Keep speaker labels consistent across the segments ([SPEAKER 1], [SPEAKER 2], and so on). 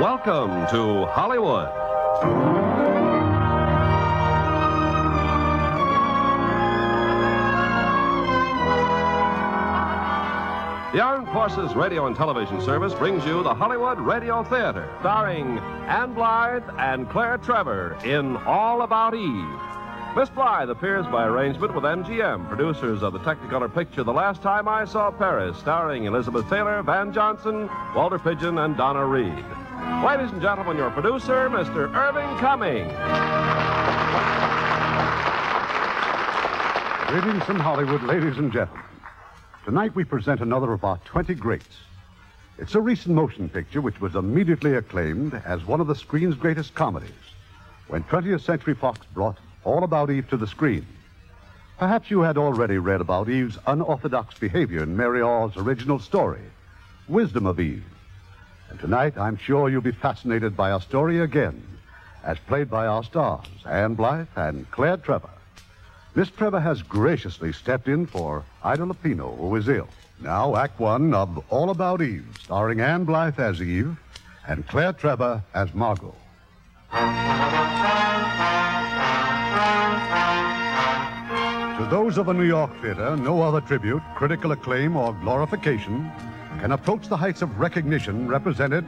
[SPEAKER 1] Welcome to Hollywood. The Armed Forces Radio and Television Service brings you the Hollywood Radio Theater, starring Anne Blythe and Claire Trevor in All About Eve. Miss Blythe appears by arrangement with MGM, producers of the Technicolor picture The Last Time I Saw Paris, starring Elizabeth Taylor, Van Johnson, Walter Pigeon, and Donna Reed. Ladies and gentlemen, your producer, Mr. Irving Cummings.
[SPEAKER 2] Greetings from Hollywood, ladies and gentlemen. Tonight we present another of our 20 greats. It's a recent motion picture which was immediately acclaimed as one of the screen's greatest comedies when 20th Century Fox brought All About Eve to the screen. Perhaps you had already read about Eve's unorthodox behavior in Mary Orr's original story, Wisdom of Eve. And tonight, I'm sure you'll be fascinated by our story again, as played by our stars, Anne Blythe and Claire Trevor. Miss Trevor has graciously stepped in for Ida Lupino, who is ill. Now, Act One of All About Eve, starring Anne Blythe as Eve and Claire Trevor as Margot. To those of the New York theater, no other tribute, critical acclaim, or glorification can approach the heights of recognition represented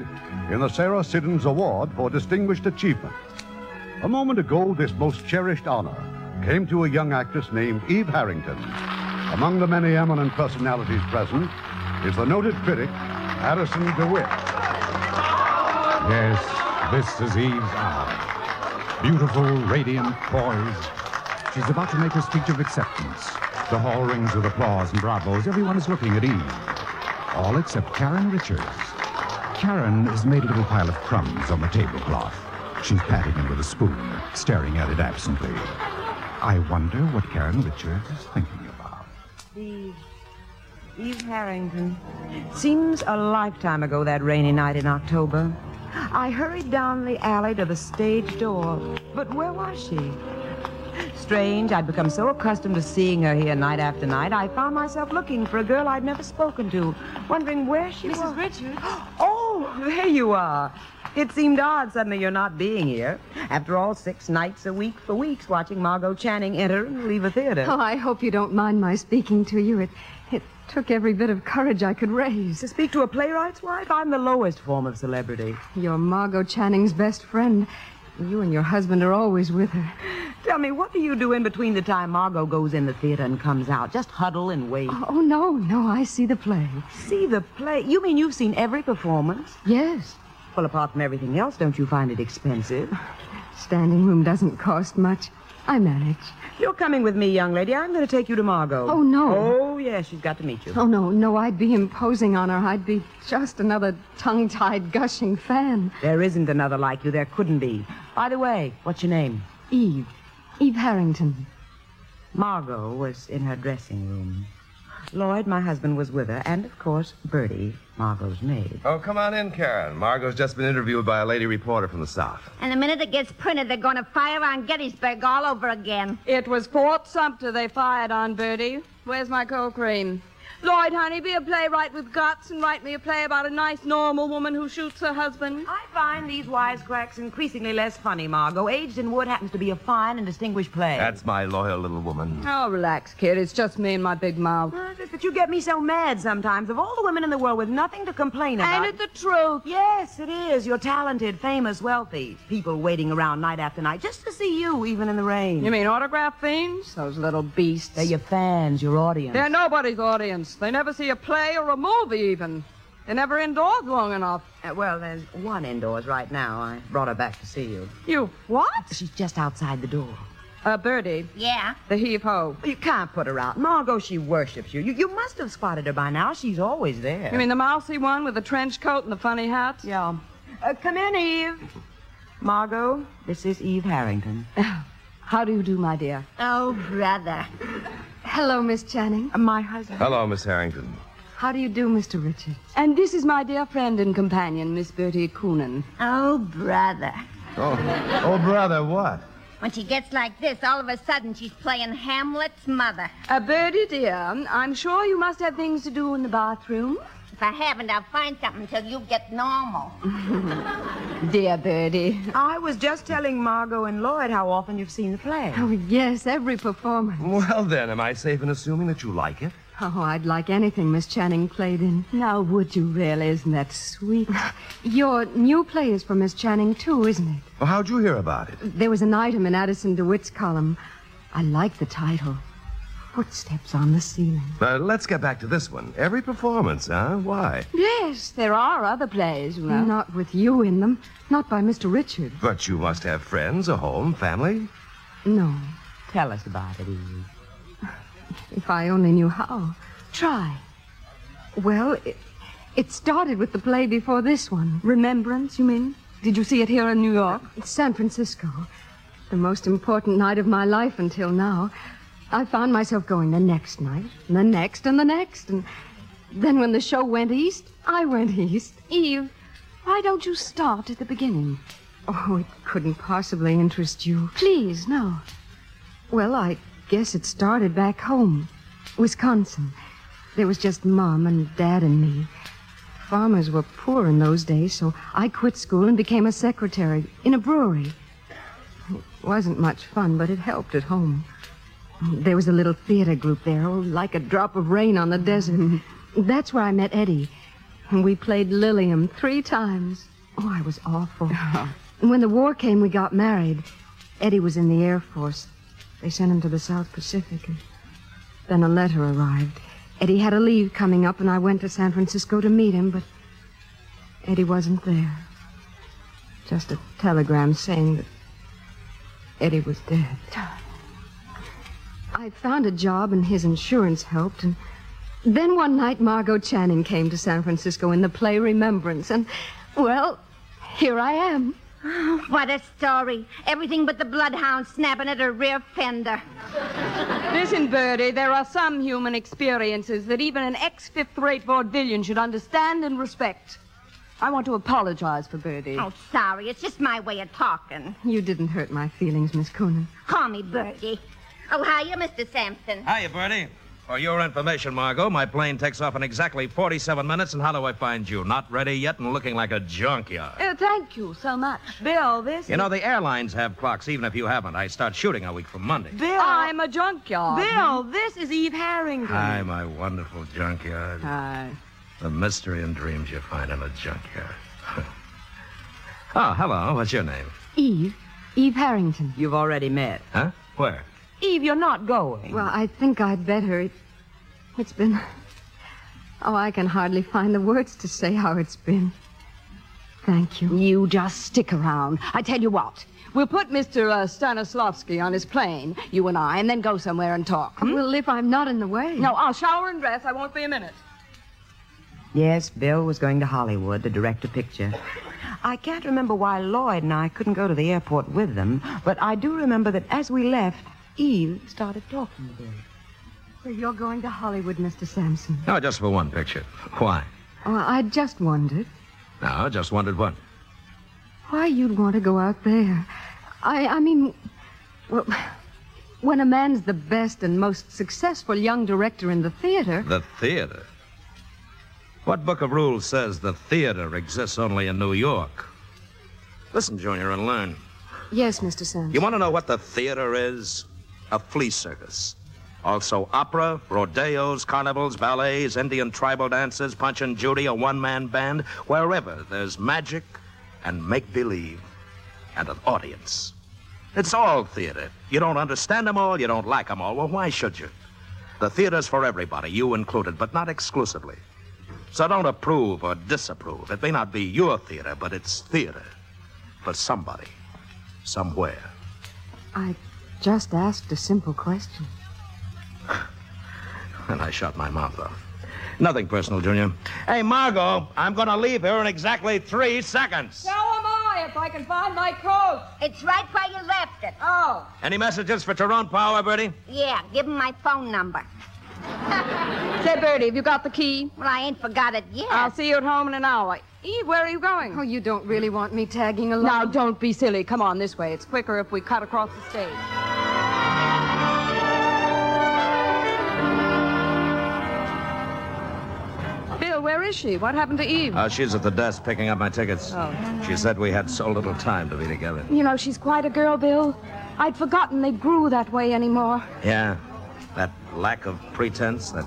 [SPEAKER 2] in the Sarah Siddons Award for Distinguished Achievement. A moment ago, this most cherished honor came to a young actress named Eve Harrington. Among the many eminent personalities present is the noted critic, Addison DeWitt.
[SPEAKER 3] Yes, this is Eve's hour. Beautiful, radiant, poised. She's about to make her speech of acceptance. The hall rings with applause and bravos. Everyone is looking at Eve. All except Karen Richards. Karen has made a little pile of crumbs on the tablecloth. She's patting them with a spoon, staring at it absently. I wonder what Karen Richards is thinking about.
[SPEAKER 4] Eve. Eve Harrington. Seems a lifetime ago that rainy night in October. I hurried down the alley to the stage door. But where was she? Strange, I'd become so accustomed to seeing her here night after night, I found myself looking for a girl I'd never spoken to, wondering where she was.
[SPEAKER 5] Mrs. Richards?
[SPEAKER 4] Oh, there you are. It seemed odd suddenly you're not being here. After all, six nights a week for weeks watching Margot Channing enter and leave a theater.
[SPEAKER 5] Oh, I hope you don't mind my speaking to you. It, it took every bit of courage I could raise.
[SPEAKER 4] To speak to a playwright's wife, I'm the lowest form of celebrity.
[SPEAKER 5] You're Margot Channing's best friend. You and your husband are always with her.
[SPEAKER 4] Tell me, what do you do in between the time Margot goes in the theater and comes out? Just huddle and wait.
[SPEAKER 5] Oh, no, no, I see the play.
[SPEAKER 4] See the play. You mean you've seen every performance?
[SPEAKER 5] Yes.
[SPEAKER 4] Well, apart from everything else, don't you find it expensive?
[SPEAKER 5] Standing room doesn't cost much. I manage.
[SPEAKER 4] You're coming with me, young lady. I'm going to take you to Margot.
[SPEAKER 5] Oh, no.
[SPEAKER 4] Oh, yes, she's got to meet you.
[SPEAKER 5] Oh, no, no, I'd be imposing on her. I'd be just another tongue tied, gushing fan.
[SPEAKER 4] There isn't another like you. There couldn't be. By the way, what's your name?
[SPEAKER 5] Eve. Eve Harrington.
[SPEAKER 4] Margot was in her dressing room. Lloyd, my husband, was with her, and of course, Bertie, Margot's maid.
[SPEAKER 6] Oh, come on in, Karen. Margot's just been interviewed by a lady reporter from the South.
[SPEAKER 7] And the minute it gets printed, they're going to fire on Gettysburg all over again.
[SPEAKER 5] It was Fort Sumter they fired on, Bertie. Where's my cold cream? Lloyd, honey, be a playwright with guts and write me a play about a nice, normal woman who shoots her husband.
[SPEAKER 4] I find these wisecracks increasingly less funny, Margot. Aged in Wood happens to be a fine and distinguished play.
[SPEAKER 6] That's my loyal little woman.
[SPEAKER 5] Oh, relax, kid. It's just me and my big mouth.
[SPEAKER 4] Uh, just that you get me so mad sometimes. Of all the women in the world with nothing to complain about.
[SPEAKER 5] Ain't it the truth?
[SPEAKER 4] Yes, it is. You're talented, famous, wealthy. People waiting around night after night just to see you, even in the rain.
[SPEAKER 5] You mean autograph fiends? Those little beasts.
[SPEAKER 4] They're your fans, your audience.
[SPEAKER 8] They're nobody's audience. They never see a play or a movie, even. They're never indoors long enough.
[SPEAKER 4] Uh, well, there's one indoors right now. I brought her back to see you.
[SPEAKER 8] You what?
[SPEAKER 4] She's just outside the door.
[SPEAKER 8] Uh, Birdie,
[SPEAKER 7] Yeah.
[SPEAKER 8] the heave ho.
[SPEAKER 4] You can't put her out. Margot, she worships you. you. You must have spotted her by now. She's always there.
[SPEAKER 8] You mean the mousy one with the trench coat and the funny hat?
[SPEAKER 4] Yeah. Uh, come in, Eve. Margot, this is Eve Harrington.
[SPEAKER 5] How do you do, my dear?
[SPEAKER 7] Oh, brother.
[SPEAKER 5] Hello, Miss Channing.
[SPEAKER 4] Uh, my husband.
[SPEAKER 6] Hello, Miss Harrington.
[SPEAKER 5] How do you do, Mr. Richards? And this is my dear friend and companion, Miss Bertie Coonan.
[SPEAKER 7] Oh, brother.
[SPEAKER 6] Oh, oh, brother, what?
[SPEAKER 7] When she gets like this, all of a sudden she's playing Hamlet's mother.
[SPEAKER 5] Uh, Bertie, dear, I'm sure you must have things to do in the bathroom.
[SPEAKER 7] If I haven't, I'll find something till you get normal.
[SPEAKER 5] Dear Bertie.
[SPEAKER 4] I was just telling Margot and Lloyd how often you've seen the play.
[SPEAKER 5] Oh, yes, every performance.
[SPEAKER 6] Well, then, am I safe in assuming that you like it?
[SPEAKER 5] Oh, I'd like anything Miss Channing played in. Now, would you really? Isn't that sweet? Your new play is for Miss Channing, too, isn't it?
[SPEAKER 6] Well, how'd you hear about it?
[SPEAKER 5] There was an item in Addison DeWitt's column. I like the title Footsteps on the Ceiling.
[SPEAKER 6] Uh, let's get back to this one. Every performance, huh? Why?
[SPEAKER 8] Yes, there are other plays, you know.
[SPEAKER 5] Not with you in them. Not by Mr. Richard.
[SPEAKER 6] But you must have friends, a home, family.
[SPEAKER 5] No.
[SPEAKER 4] Tell us about it, Eve.
[SPEAKER 5] If I only knew how. Try. Well, it, it started with the play before this one. Remembrance, you mean?
[SPEAKER 8] Did you see it here in New York?
[SPEAKER 5] It's Uh, San Francisco. The most important night of my life until now. I found myself going the next night, and the next, and the next. And then when the show went east, I went east. Eve, why don't you start at the beginning? Oh, it couldn't possibly interest you. Please, no. Well, I guess it started back home, Wisconsin. There was just Mom and Dad and me. Farmers were poor in those days, so I quit school and became a secretary in a brewery. It wasn't much fun, but it helped at home. There was a little theater group there, oh, like a drop of rain on the desert. That's where I met Eddie. And we played Lilium three times. Oh, I was awful. And when the war came, we got married. Eddie was in the Air Force. They sent him to the South Pacific. And then a letter arrived. Eddie had a leave coming up, and I went to San Francisco to meet him, but Eddie wasn't there. Just a telegram saying that Eddie was dead. I found a job, and his insurance helped, and then one night Margot Channing came to San Francisco in the play Remembrance, and, well, here I am.
[SPEAKER 7] Oh, What a story. Everything but the bloodhound snapping at her rear fender.
[SPEAKER 8] Listen, Birdie, there are some human experiences that even an ex fifth rate vaudevillian should understand and respect. I want to apologize for Birdie.
[SPEAKER 7] Oh, sorry. It's just my way of talking.
[SPEAKER 5] You didn't hurt my feelings, Miss Coonan.
[SPEAKER 7] Call me Bertie. Oh, how you, Mr. Sampson?
[SPEAKER 9] Hiya, Bertie. For your information, Margot, my plane takes off in exactly 47 minutes, and how do I find you? Not ready yet and looking like a junkyard.
[SPEAKER 8] Uh, thank you so much.
[SPEAKER 4] Bill, this
[SPEAKER 9] You know, the airlines have clocks, even if you haven't. I start shooting a week from Monday.
[SPEAKER 4] is... Bill,
[SPEAKER 8] I'm a junkyard.
[SPEAKER 4] Bill, this is Eve Harrington.
[SPEAKER 9] Hi, my wonderful junkyard.
[SPEAKER 8] Aye.
[SPEAKER 9] The mystery and dreams you find in a junkyard. oh, hello. What's your name?
[SPEAKER 5] Eve? Eve Harrington.
[SPEAKER 4] You've already met.
[SPEAKER 9] Huh? Where?
[SPEAKER 4] Eve, you're not going.
[SPEAKER 5] Well, I think I'd better. It, it's been. Oh, I can hardly find the words to say how it's been. Thank you.
[SPEAKER 8] You just stick around. I tell you what. We'll put Mr. Uh, Stanislavski on his plane, you and I, and then go somewhere and talk. hmm?
[SPEAKER 5] Well, if I'm not in the way.
[SPEAKER 8] No, I'll shower and dress. I won't be a minute.
[SPEAKER 4] Yes, Bill was going to Hollywood to direct a picture. I can't remember why Lloyd and I couldn't go to the airport with them, but I do remember that as we left, Eve started talking to Bill.
[SPEAKER 5] So you're going to Hollywood, Mr. Sampson.
[SPEAKER 9] No, Oh, just for one picture. Why?
[SPEAKER 5] Oh, I just wondered
[SPEAKER 9] No, just wanted one.
[SPEAKER 5] why you'd want to go out there. I, I mean, well, when a man's the best and most successful young director in the theater,
[SPEAKER 9] The theater. What book of rules says the theater exists only in New York? Listen, Junior, and learn.
[SPEAKER 5] yes, Mr. Sampson.
[SPEAKER 9] You want to know what the theater is? A flea circus. Also, opera, rodeos, carnivals, ballets, Indian tribal dances, Punch and Judy, a one man band, wherever there's magic and make believe and an audience. It's all theater. You don't understand them all, you don't like them all. Well, why should you? The theater's for everybody, you included, but not exclusively. So don't approve or disapprove. It may not be your theater, but it's theater for somebody, somewhere.
[SPEAKER 5] I just asked a simple question.
[SPEAKER 9] And I shot my mouth off. Nothing personal, Junior. Hey, Margot, I'm going to leave here in exactly three seconds.
[SPEAKER 8] So am I, if I can find my coat.
[SPEAKER 7] It's right where you left it.
[SPEAKER 8] Oh.
[SPEAKER 9] Any messages for Tyrone Power, Bertie?
[SPEAKER 7] Yeah, give him my phone number.
[SPEAKER 8] Say, Bertie, have you got the key?
[SPEAKER 7] Well, I ain't forgot it yet.
[SPEAKER 8] I'll see you at home in an hour. Eve, where are you going?
[SPEAKER 5] Oh, you don't really want me tagging along?
[SPEAKER 8] Now, don't be silly. Come on this way. It's quicker if we cut across the stage. Bill, where is she? What happened to Eve?
[SPEAKER 9] Uh, she's at the desk picking up my tickets.
[SPEAKER 8] Oh.
[SPEAKER 9] She said we had so little time to be together.
[SPEAKER 8] You know, she's quite a girl, Bill. I'd forgotten they grew that way anymore.
[SPEAKER 9] Yeah. That lack of pretense, that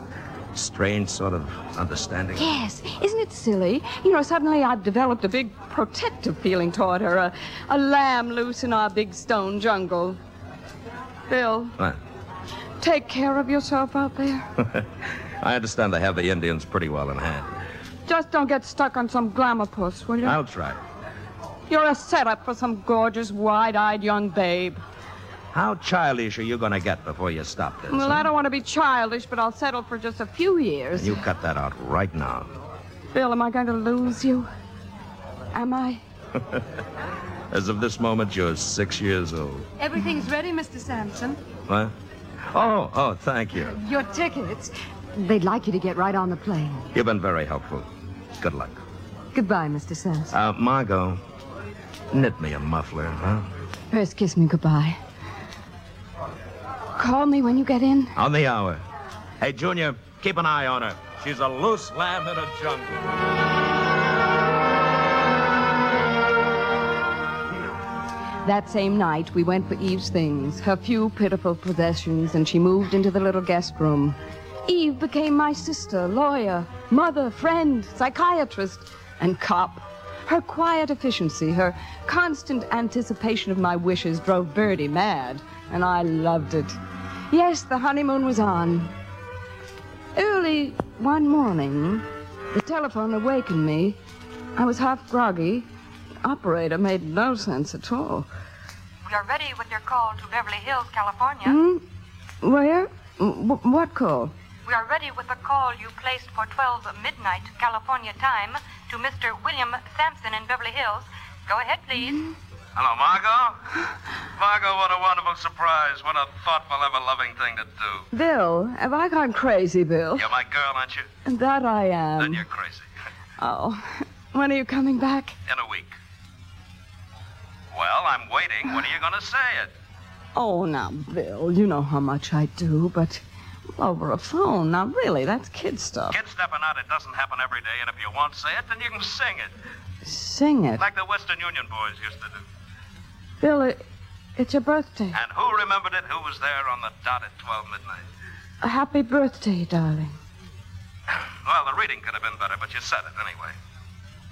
[SPEAKER 9] strange sort of understanding.
[SPEAKER 8] Yes, isn't it silly? You know, suddenly I've developed a big protective feeling toward her, a, a lamb loose in our big stone jungle. Bill,
[SPEAKER 9] What?
[SPEAKER 8] take care of yourself out there.
[SPEAKER 9] I understand they have the Indians pretty well in hand.
[SPEAKER 8] Just don't get stuck on some glamour puss, will you?
[SPEAKER 9] I'll try.
[SPEAKER 8] You're a setup for some gorgeous, wide eyed young babe.
[SPEAKER 9] How childish are you going to get before you stop this?
[SPEAKER 8] Well, I don't want to be childish, but I'll settle for just a few years.
[SPEAKER 9] You cut that out right now.
[SPEAKER 8] Bill, am I going to lose you? Am I?
[SPEAKER 9] As of this moment, you're six years old.
[SPEAKER 5] Everything's ready, Mr. Sampson.
[SPEAKER 9] What? Oh, oh, thank you.
[SPEAKER 5] Your tickets. They'd like you to get right on the plane.
[SPEAKER 9] You've been very helpful. Good luck.
[SPEAKER 5] Goodbye, Mr. Sampson.
[SPEAKER 9] Uh, Margot, knit me a muffler, huh?
[SPEAKER 5] First, kiss me goodbye. Call me when you get in.
[SPEAKER 9] On the hour. Hey, Junior, keep an eye on her. She's a loose lamb in a jungle.
[SPEAKER 8] That same night, we went for Eve's things, her few pitiful possessions, and she moved into the little guest room. Eve became my sister, lawyer, mother, friend, psychiatrist, and cop. Her quiet efficiency, her constant anticipation of my wishes drove Birdie mad, and I loved it. Yes, the honeymoon was on. Early one morning, the telephone awakened me. I was half groggy. Operator made no sense at all.
[SPEAKER 10] We are ready with your call to Beverly Hills, California.
[SPEAKER 8] Hmm? Where? W- what call?
[SPEAKER 10] We are ready with the call you placed for 12 midnight California time to Mr. William Sampson in Beverly Hills. Go ahead, please.
[SPEAKER 5] Hmm?
[SPEAKER 11] Hello, Margot. Margot, what a wonderful surprise. What a thoughtful, ever loving thing to do.
[SPEAKER 8] Bill, have I gone crazy, Bill?
[SPEAKER 11] You're my girl, aren't you?
[SPEAKER 8] That I am.
[SPEAKER 11] Then you're crazy.
[SPEAKER 8] Oh, when are you coming back?
[SPEAKER 11] In a week. Well, I'm waiting. When are you going to say it?
[SPEAKER 8] Oh, now, Bill, you know how much I do, but over a phone. Now, really, that's kid stuff.
[SPEAKER 11] Kid stepping out, it doesn't happen every day, and if you won't say it, then you can sing it.
[SPEAKER 8] Sing it.
[SPEAKER 11] Like the Western Union boys used to do.
[SPEAKER 8] Bill, it, it's your birthday.
[SPEAKER 11] And who remembered it? Who was there on the dot at 12 midnight?
[SPEAKER 8] A happy birthday, darling.
[SPEAKER 11] Well, the reading could have been better, but you said it anyway.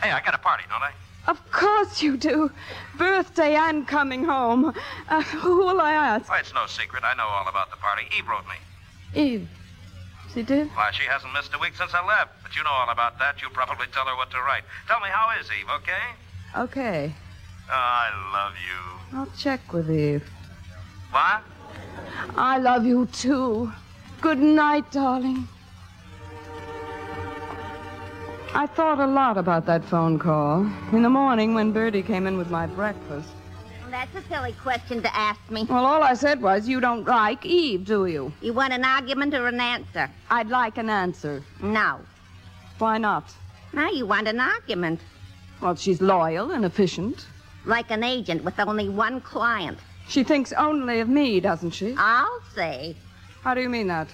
[SPEAKER 11] Hey, I got a party, don't I?
[SPEAKER 8] Of course you do. Birthday and coming home. Uh, who will I ask?
[SPEAKER 11] Why, it's no secret. I know all about the party. Eve wrote me.
[SPEAKER 8] Eve. She did?
[SPEAKER 11] Why, she hasn't missed a week since I left. But you know all about that. You probably tell her what to write. Tell me, how is Eve, okay?
[SPEAKER 8] Okay.
[SPEAKER 11] Oh, I love you.
[SPEAKER 8] I'll check with Eve.
[SPEAKER 11] What?
[SPEAKER 8] I love you too. Good night, darling. I thought a lot about that phone call. In the morning, when Bertie came in with my breakfast,
[SPEAKER 7] that's a silly question to ask me.
[SPEAKER 8] Well, all I said was you don't like Eve, do you?
[SPEAKER 7] You want an argument or an answer?
[SPEAKER 8] I'd like an answer.
[SPEAKER 7] No.
[SPEAKER 8] Why not?
[SPEAKER 7] Now you want an argument.
[SPEAKER 8] Well, she's loyal and efficient.
[SPEAKER 7] Like an agent with only one client.
[SPEAKER 8] She thinks only of me, doesn't she?
[SPEAKER 7] I'll say.
[SPEAKER 8] How do you mean that?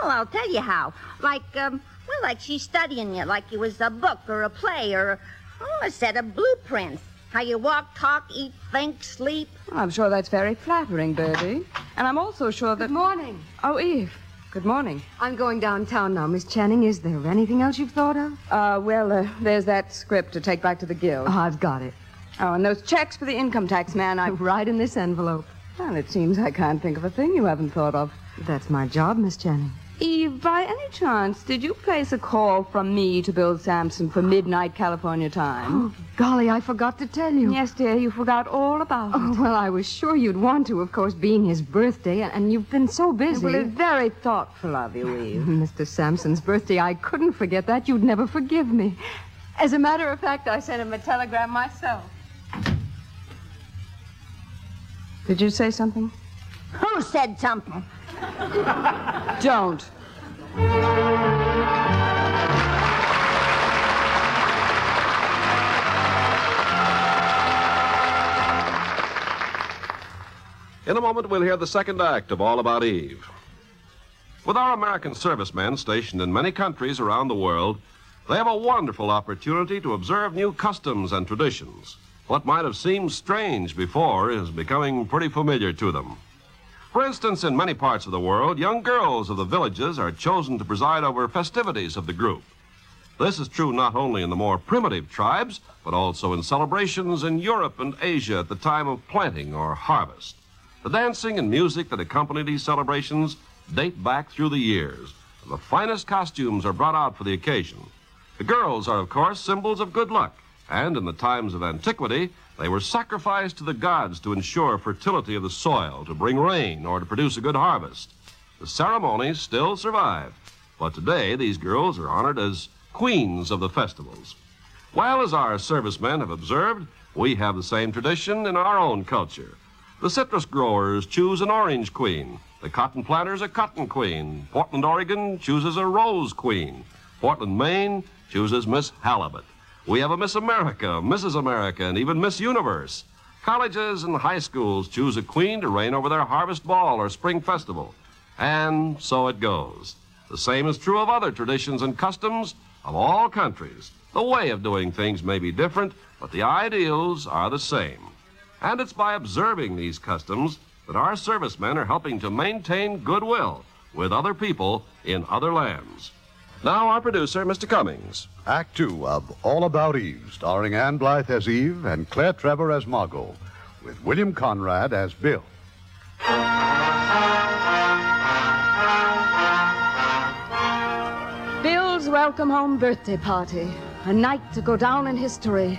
[SPEAKER 7] Well, I'll tell you how. Like, um, well, like she's studying you, like it was a book or a play or oh, a set of blueprints. How you walk, talk, eat, think, sleep.
[SPEAKER 8] I'm sure that's very flattering, Bertie. And I'm also sure that.
[SPEAKER 5] Good morning.
[SPEAKER 8] Oh, Eve. Good morning.
[SPEAKER 5] I'm going downtown now, Miss Channing. Is there anything else you've thought of?
[SPEAKER 8] Uh, well, uh, there's that script to take back to the guild.
[SPEAKER 5] Oh, I've got it.
[SPEAKER 8] Oh, and those checks for the income tax man, I.
[SPEAKER 5] right in this envelope.
[SPEAKER 8] Well, it seems I can't think of a thing you haven't thought of.
[SPEAKER 5] That's my job, Miss Channing.
[SPEAKER 8] Eve, by any chance, did you place a call from me to Bill Sampson for midnight California time?
[SPEAKER 5] Oh, golly, I forgot to tell you.
[SPEAKER 8] Yes, dear, you forgot all about
[SPEAKER 5] oh,
[SPEAKER 8] it.
[SPEAKER 5] well, I was sure you'd want to, of course, being his birthday, and you've been so busy.
[SPEAKER 8] Well, it's very thoughtful of you, Eve.
[SPEAKER 5] Mr. Sampson's birthday, I couldn't forget that. You'd never forgive me. As a matter of fact, I sent him a telegram myself.
[SPEAKER 8] Did you say something?
[SPEAKER 7] Who said something?
[SPEAKER 8] Don't.
[SPEAKER 1] In a moment, we'll hear the second act of All About Eve. With our American servicemen stationed in many countries around the world, they have a wonderful opportunity to observe new customs and traditions. What might have seemed strange before is becoming pretty familiar to them. For instance, in many parts of the world, young girls of the villages are chosen to preside over festivities of the group. This is true not only in the more primitive tribes, but also in celebrations in Europe and Asia at the time of planting or harvest. The dancing and music that accompany these celebrations date back through the years. and The finest costumes are brought out for the occasion. The girls are, of course, symbols of good luck, and in the times of antiquity, they were sacrificed to the gods to ensure fertility of the soil, to bring rain, or to produce a good harvest. The ceremonies still survive, but today these girls are honored as queens of the festivals. While as our servicemen have observed, we have the same tradition in our own culture. The citrus growers choose an orange queen. The cotton planters a cotton queen. Portland, Oregon chooses a rose queen. Portland, Maine chooses Miss Halibut. We have a Miss America, Mrs. America, and even Miss Universe. Colleges and high schools choose a queen to reign over their harvest ball or spring festival. And so it goes. The same is true of other traditions and customs of all countries. The way of doing things may be different, but the ideals are the same. And it's by observing these customs that our servicemen are helping to maintain goodwill with other people in other lands. Now, our producer, Mr. Cummings.
[SPEAKER 2] Act Two of All About Eve, starring Anne Blythe as Eve and Claire Trevor as Margot, with William Conrad as Bill.
[SPEAKER 8] Bill's welcome home birthday party. A night to go down in history.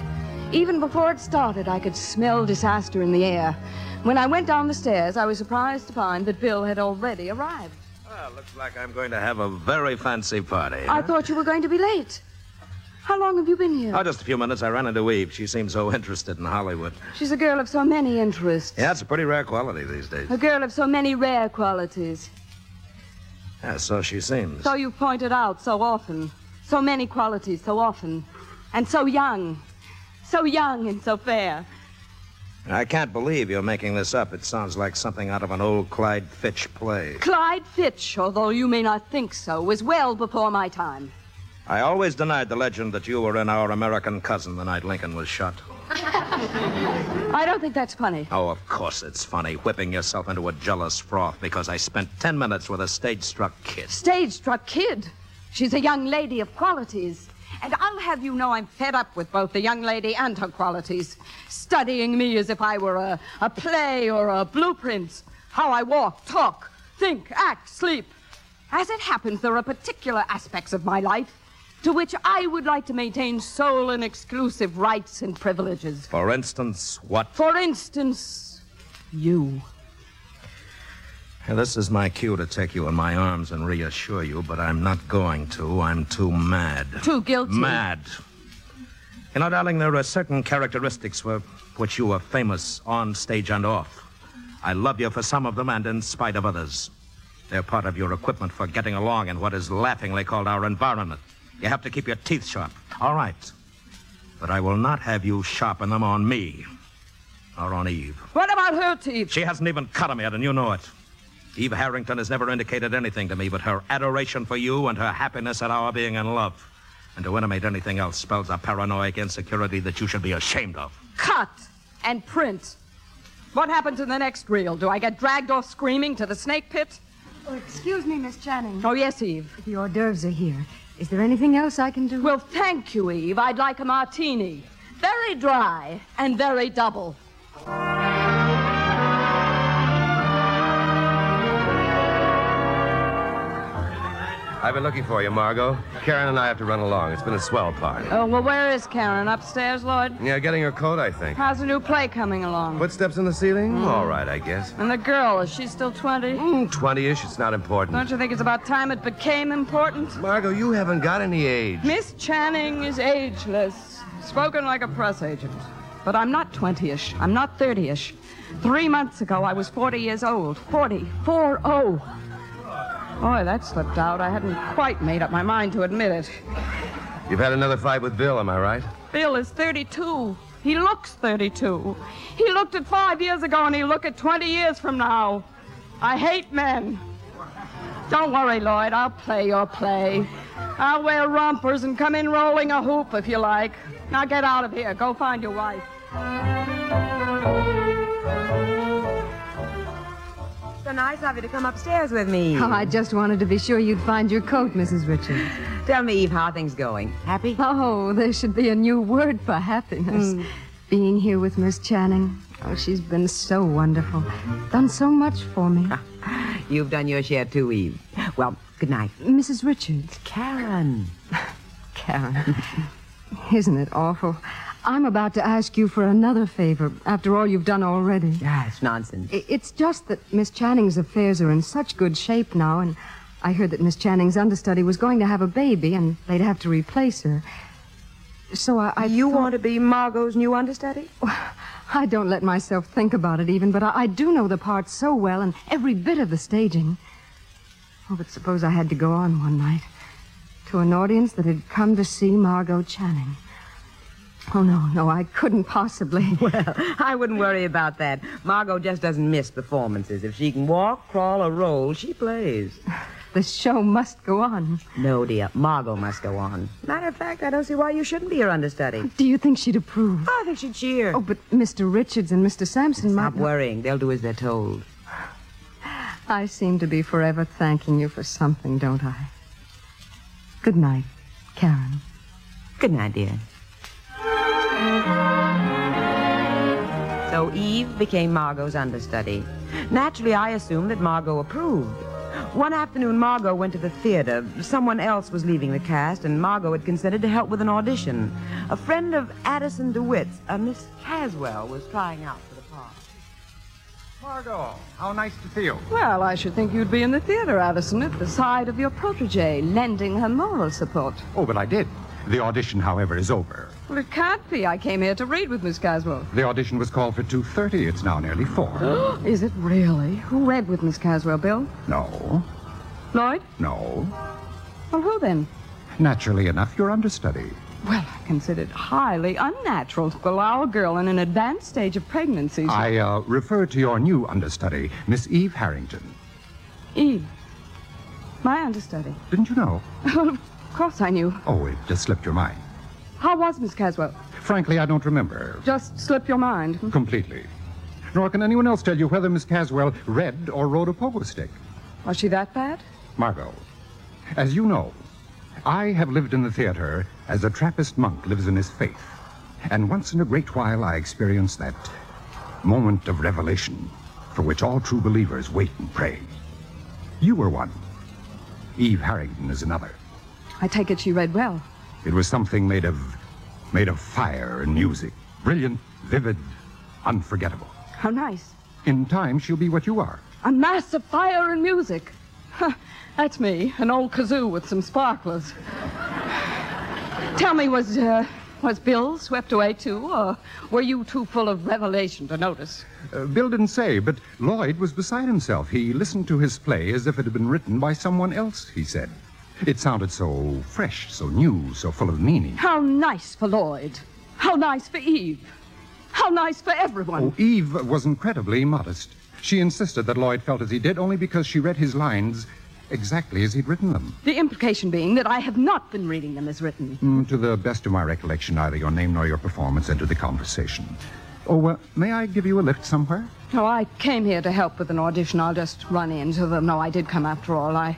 [SPEAKER 8] Even before it started, I could smell disaster in the air. When I went down the stairs, I was surprised to find that Bill had already arrived.
[SPEAKER 9] Well, looks like I'm going to have a very fancy party.
[SPEAKER 8] I thought you were going to be late. How long have you been here?
[SPEAKER 9] Oh, just a few minutes. I ran into Eve. She seemed so interested in Hollywood.
[SPEAKER 8] She's a girl of so many interests.
[SPEAKER 9] Yeah, it's a pretty rare quality these days.
[SPEAKER 8] A girl of so many rare qualities.
[SPEAKER 9] Yeah, so she seems.
[SPEAKER 8] So you pointed out so often. So many qualities so often. And so young. So young and so fair.
[SPEAKER 9] I can't believe you're making this up. It sounds like something out of an old Clyde Fitch play.
[SPEAKER 8] Clyde Fitch, although you may not think so, was well before my time.
[SPEAKER 9] I always denied the legend that you were in our American cousin the night Lincoln was shot.
[SPEAKER 8] I don't think that's funny.
[SPEAKER 9] Oh, of course it's funny, whipping yourself into a jealous froth because I spent ten minutes with a stage struck kid.
[SPEAKER 8] Stage struck kid? She's a young lady of qualities. And I'll have you know I'm fed up with both the young lady and her qualities. Studying me as if I were a, a play or a blueprint. How I walk, talk, think, act, sleep. As it happens, there are particular aspects of my life to which I would like to maintain sole and exclusive rights and privileges.
[SPEAKER 9] For instance, what?
[SPEAKER 8] For instance, you.
[SPEAKER 9] Now, this is my cue to take you in my arms and reassure you, but I'm not going to. I'm too mad.
[SPEAKER 8] Too guilty.
[SPEAKER 9] Mad. You know, darling, there are certain characteristics for which you are famous on stage and off. I love you for some of them and in spite of others. They're part of your equipment for getting along in what is laughingly called our environment. You have to keep your teeth sharp. All right. But I will not have you sharpen them on me or on Eve.
[SPEAKER 8] What about her teeth?
[SPEAKER 9] She hasn't even cut them yet, and you know it. Eve Harrington has never indicated anything to me but her adoration for you and her happiness at our being in love. And to intimate anything else spells a paranoid insecurity that you should be ashamed of.
[SPEAKER 8] Cut and print. What happens in the next reel? Do I get dragged off screaming to the snake pit?
[SPEAKER 5] Oh, excuse me, Miss Jennings.
[SPEAKER 8] Oh, yes, Eve.
[SPEAKER 5] The hors d'oeuvres are here. Is there anything else I can do?
[SPEAKER 8] Well, thank you, Eve. I'd like a martini. Very dry and very double.
[SPEAKER 6] I've been looking for you, Margot. Karen and I have to run along. It's been a swell party.
[SPEAKER 8] Oh, well, where is Karen? Upstairs, Lloyd?
[SPEAKER 6] Yeah, getting her coat, I think.
[SPEAKER 8] How's the new play coming along?
[SPEAKER 6] Footsteps in the ceiling? All right, I guess.
[SPEAKER 8] And the girl, is she still 20?
[SPEAKER 6] Mm, 20 ish, it's not important.
[SPEAKER 8] Don't you think it's about time it became important?
[SPEAKER 6] Margot, you haven't got any age.
[SPEAKER 8] Miss Channing is ageless, spoken like a press agent. But I'm not 20 ish. I'm not 30 ish. Three months ago, I was 40 years old. 40. 4 0. Boy, that slipped out. I hadn't quite made up my mind to admit it.
[SPEAKER 6] You've had another fight with Bill, am I right?
[SPEAKER 8] Bill is 32. He looks 32. He looked at five years ago and he'll look at 20 years from now. I hate men. Don't worry, Lloyd. I'll play your play. I'll wear rompers and come in rolling a hoop if you like. Now get out of here. Go find your wife.
[SPEAKER 4] So nice of you to come upstairs with me.
[SPEAKER 5] Oh, I just wanted to be sure you'd find your coat, Mrs. Richards.
[SPEAKER 4] Tell me, Eve, how are things going? Happy?
[SPEAKER 5] Oh, there should be a new word for happiness.
[SPEAKER 8] Hmm.
[SPEAKER 5] Being here with Miss Channing. Oh, she's been so wonderful. Done so much for me.
[SPEAKER 8] Ah.
[SPEAKER 4] You've done your share too, Eve. Well, good night.
[SPEAKER 5] Mrs. Richards.
[SPEAKER 4] Karen.
[SPEAKER 5] Karen. Isn't it awful? I'm about to ask you for another favor after all you've done already.
[SPEAKER 4] Yeah, it's nonsense.
[SPEAKER 5] I- It's just that Miss Channing's affairs are in such good shape now, and I heard that Miss Channing's understudy was going to have a baby, and they'd have to replace her. So I. I
[SPEAKER 4] you want to be Margot's new understudy?
[SPEAKER 5] I don't let myself think about it even, but I, I do know the part so well and every bit of the staging. Oh, but suppose I had to go on one night to an audience that had come to see Margot Channing. Oh, no, no, I couldn't possibly.
[SPEAKER 4] Well, I wouldn't worry about that. Margot just doesn't miss performances. If she can walk, crawl, or roll, she plays.
[SPEAKER 5] The show must go on.
[SPEAKER 4] No, dear. Margot must go on. Matter of fact, I don't see why you shouldn't be her understudy.
[SPEAKER 5] Do you think she'd approve?
[SPEAKER 4] I think she'd cheer.
[SPEAKER 5] Oh, but Mr. Richards and Mr. Sampson
[SPEAKER 4] Stop
[SPEAKER 5] might. not-
[SPEAKER 4] worrying. They'll do as they're told.
[SPEAKER 5] I seem to be forever thanking you for something, don't I? Good night, Karen.
[SPEAKER 4] Good night, dear. So Eve became Margot's understudy. Naturally, I assumed that Margot approved. One afternoon, Margot went to the theater. Someone else was leaving the cast, and Margot had consented to help with an audition. A friend of Addison DeWitt's, a Miss Caswell, was trying out for the part.
[SPEAKER 3] Margot, how nice to see you.
[SPEAKER 8] Well, I should think you'd be in the theater, Addison, at the side of your protege, lending her moral support.
[SPEAKER 3] Oh, but I did. The audition, however, is over.
[SPEAKER 8] Well, it can't be. I came here to read with Miss Caswell.
[SPEAKER 3] The audition was called for 2.30. It's now nearly 4.
[SPEAKER 8] Is it really? Who read with Miss Caswell, Bill?
[SPEAKER 3] no,
[SPEAKER 8] Lloyd?
[SPEAKER 3] no.
[SPEAKER 8] Well, who then?
[SPEAKER 3] Naturally enough, you're understudy.
[SPEAKER 8] Well, I consider it highly unnatural to allow a girl in an advanced stage of pregnancy. to-
[SPEAKER 3] I uh, refer to your new understudy, Miss Eve Harrington.
[SPEAKER 8] Eve. My understudy.
[SPEAKER 3] Didn't you know?
[SPEAKER 8] Well, of course I knew.
[SPEAKER 3] Oh, it just slipped your mind.
[SPEAKER 8] How was Miss Caswell?
[SPEAKER 3] Frankly, I don't remember
[SPEAKER 8] Just slip your mind.
[SPEAKER 3] completely. Nor can anyone else tell you whether Miss Caswell read or rode a pogo stick.
[SPEAKER 8] Was she that bad?
[SPEAKER 3] Margot, as you know, I have lived in the theater as a Trappist monk lives in his faith. And once in a great while, I experience that moment of revelation for which all true believers wait and pray. You were one. Eve Harrington is another.
[SPEAKER 8] I take it she read well.
[SPEAKER 3] It was something made of made of fire and music. Brilliant, vivid, unforgettable.
[SPEAKER 8] How nice.
[SPEAKER 3] In time she'll be what you are.
[SPEAKER 8] A mass of fire and music. Huh, that's me, an old kazoo with some sparklers. Tell me, was uh, Was Bill swept away too, or were you too full of revelation to notice?
[SPEAKER 3] Uh, Bill didn't say, but Lloyd was beside himself. He listened to his play as if it had been written by someone else, he said. It sounded so fresh, so new, so full of meaning.
[SPEAKER 8] How nice for Lloyd. How nice for Eve. How nice for everyone.
[SPEAKER 3] Oh, Eve was incredibly modest. She insisted that Lloyd felt as he did only because she read his lines exactly as he'd written them.
[SPEAKER 8] The implication being that I have not been reading them as written.
[SPEAKER 3] Mm, to the best of my recollection, neither your name nor your performance entered the conversation. Oh, uh, may I give you a lift somewhere?
[SPEAKER 8] Oh, I came here to help with an audition. I'll just run in so they'll know I did come after all. I,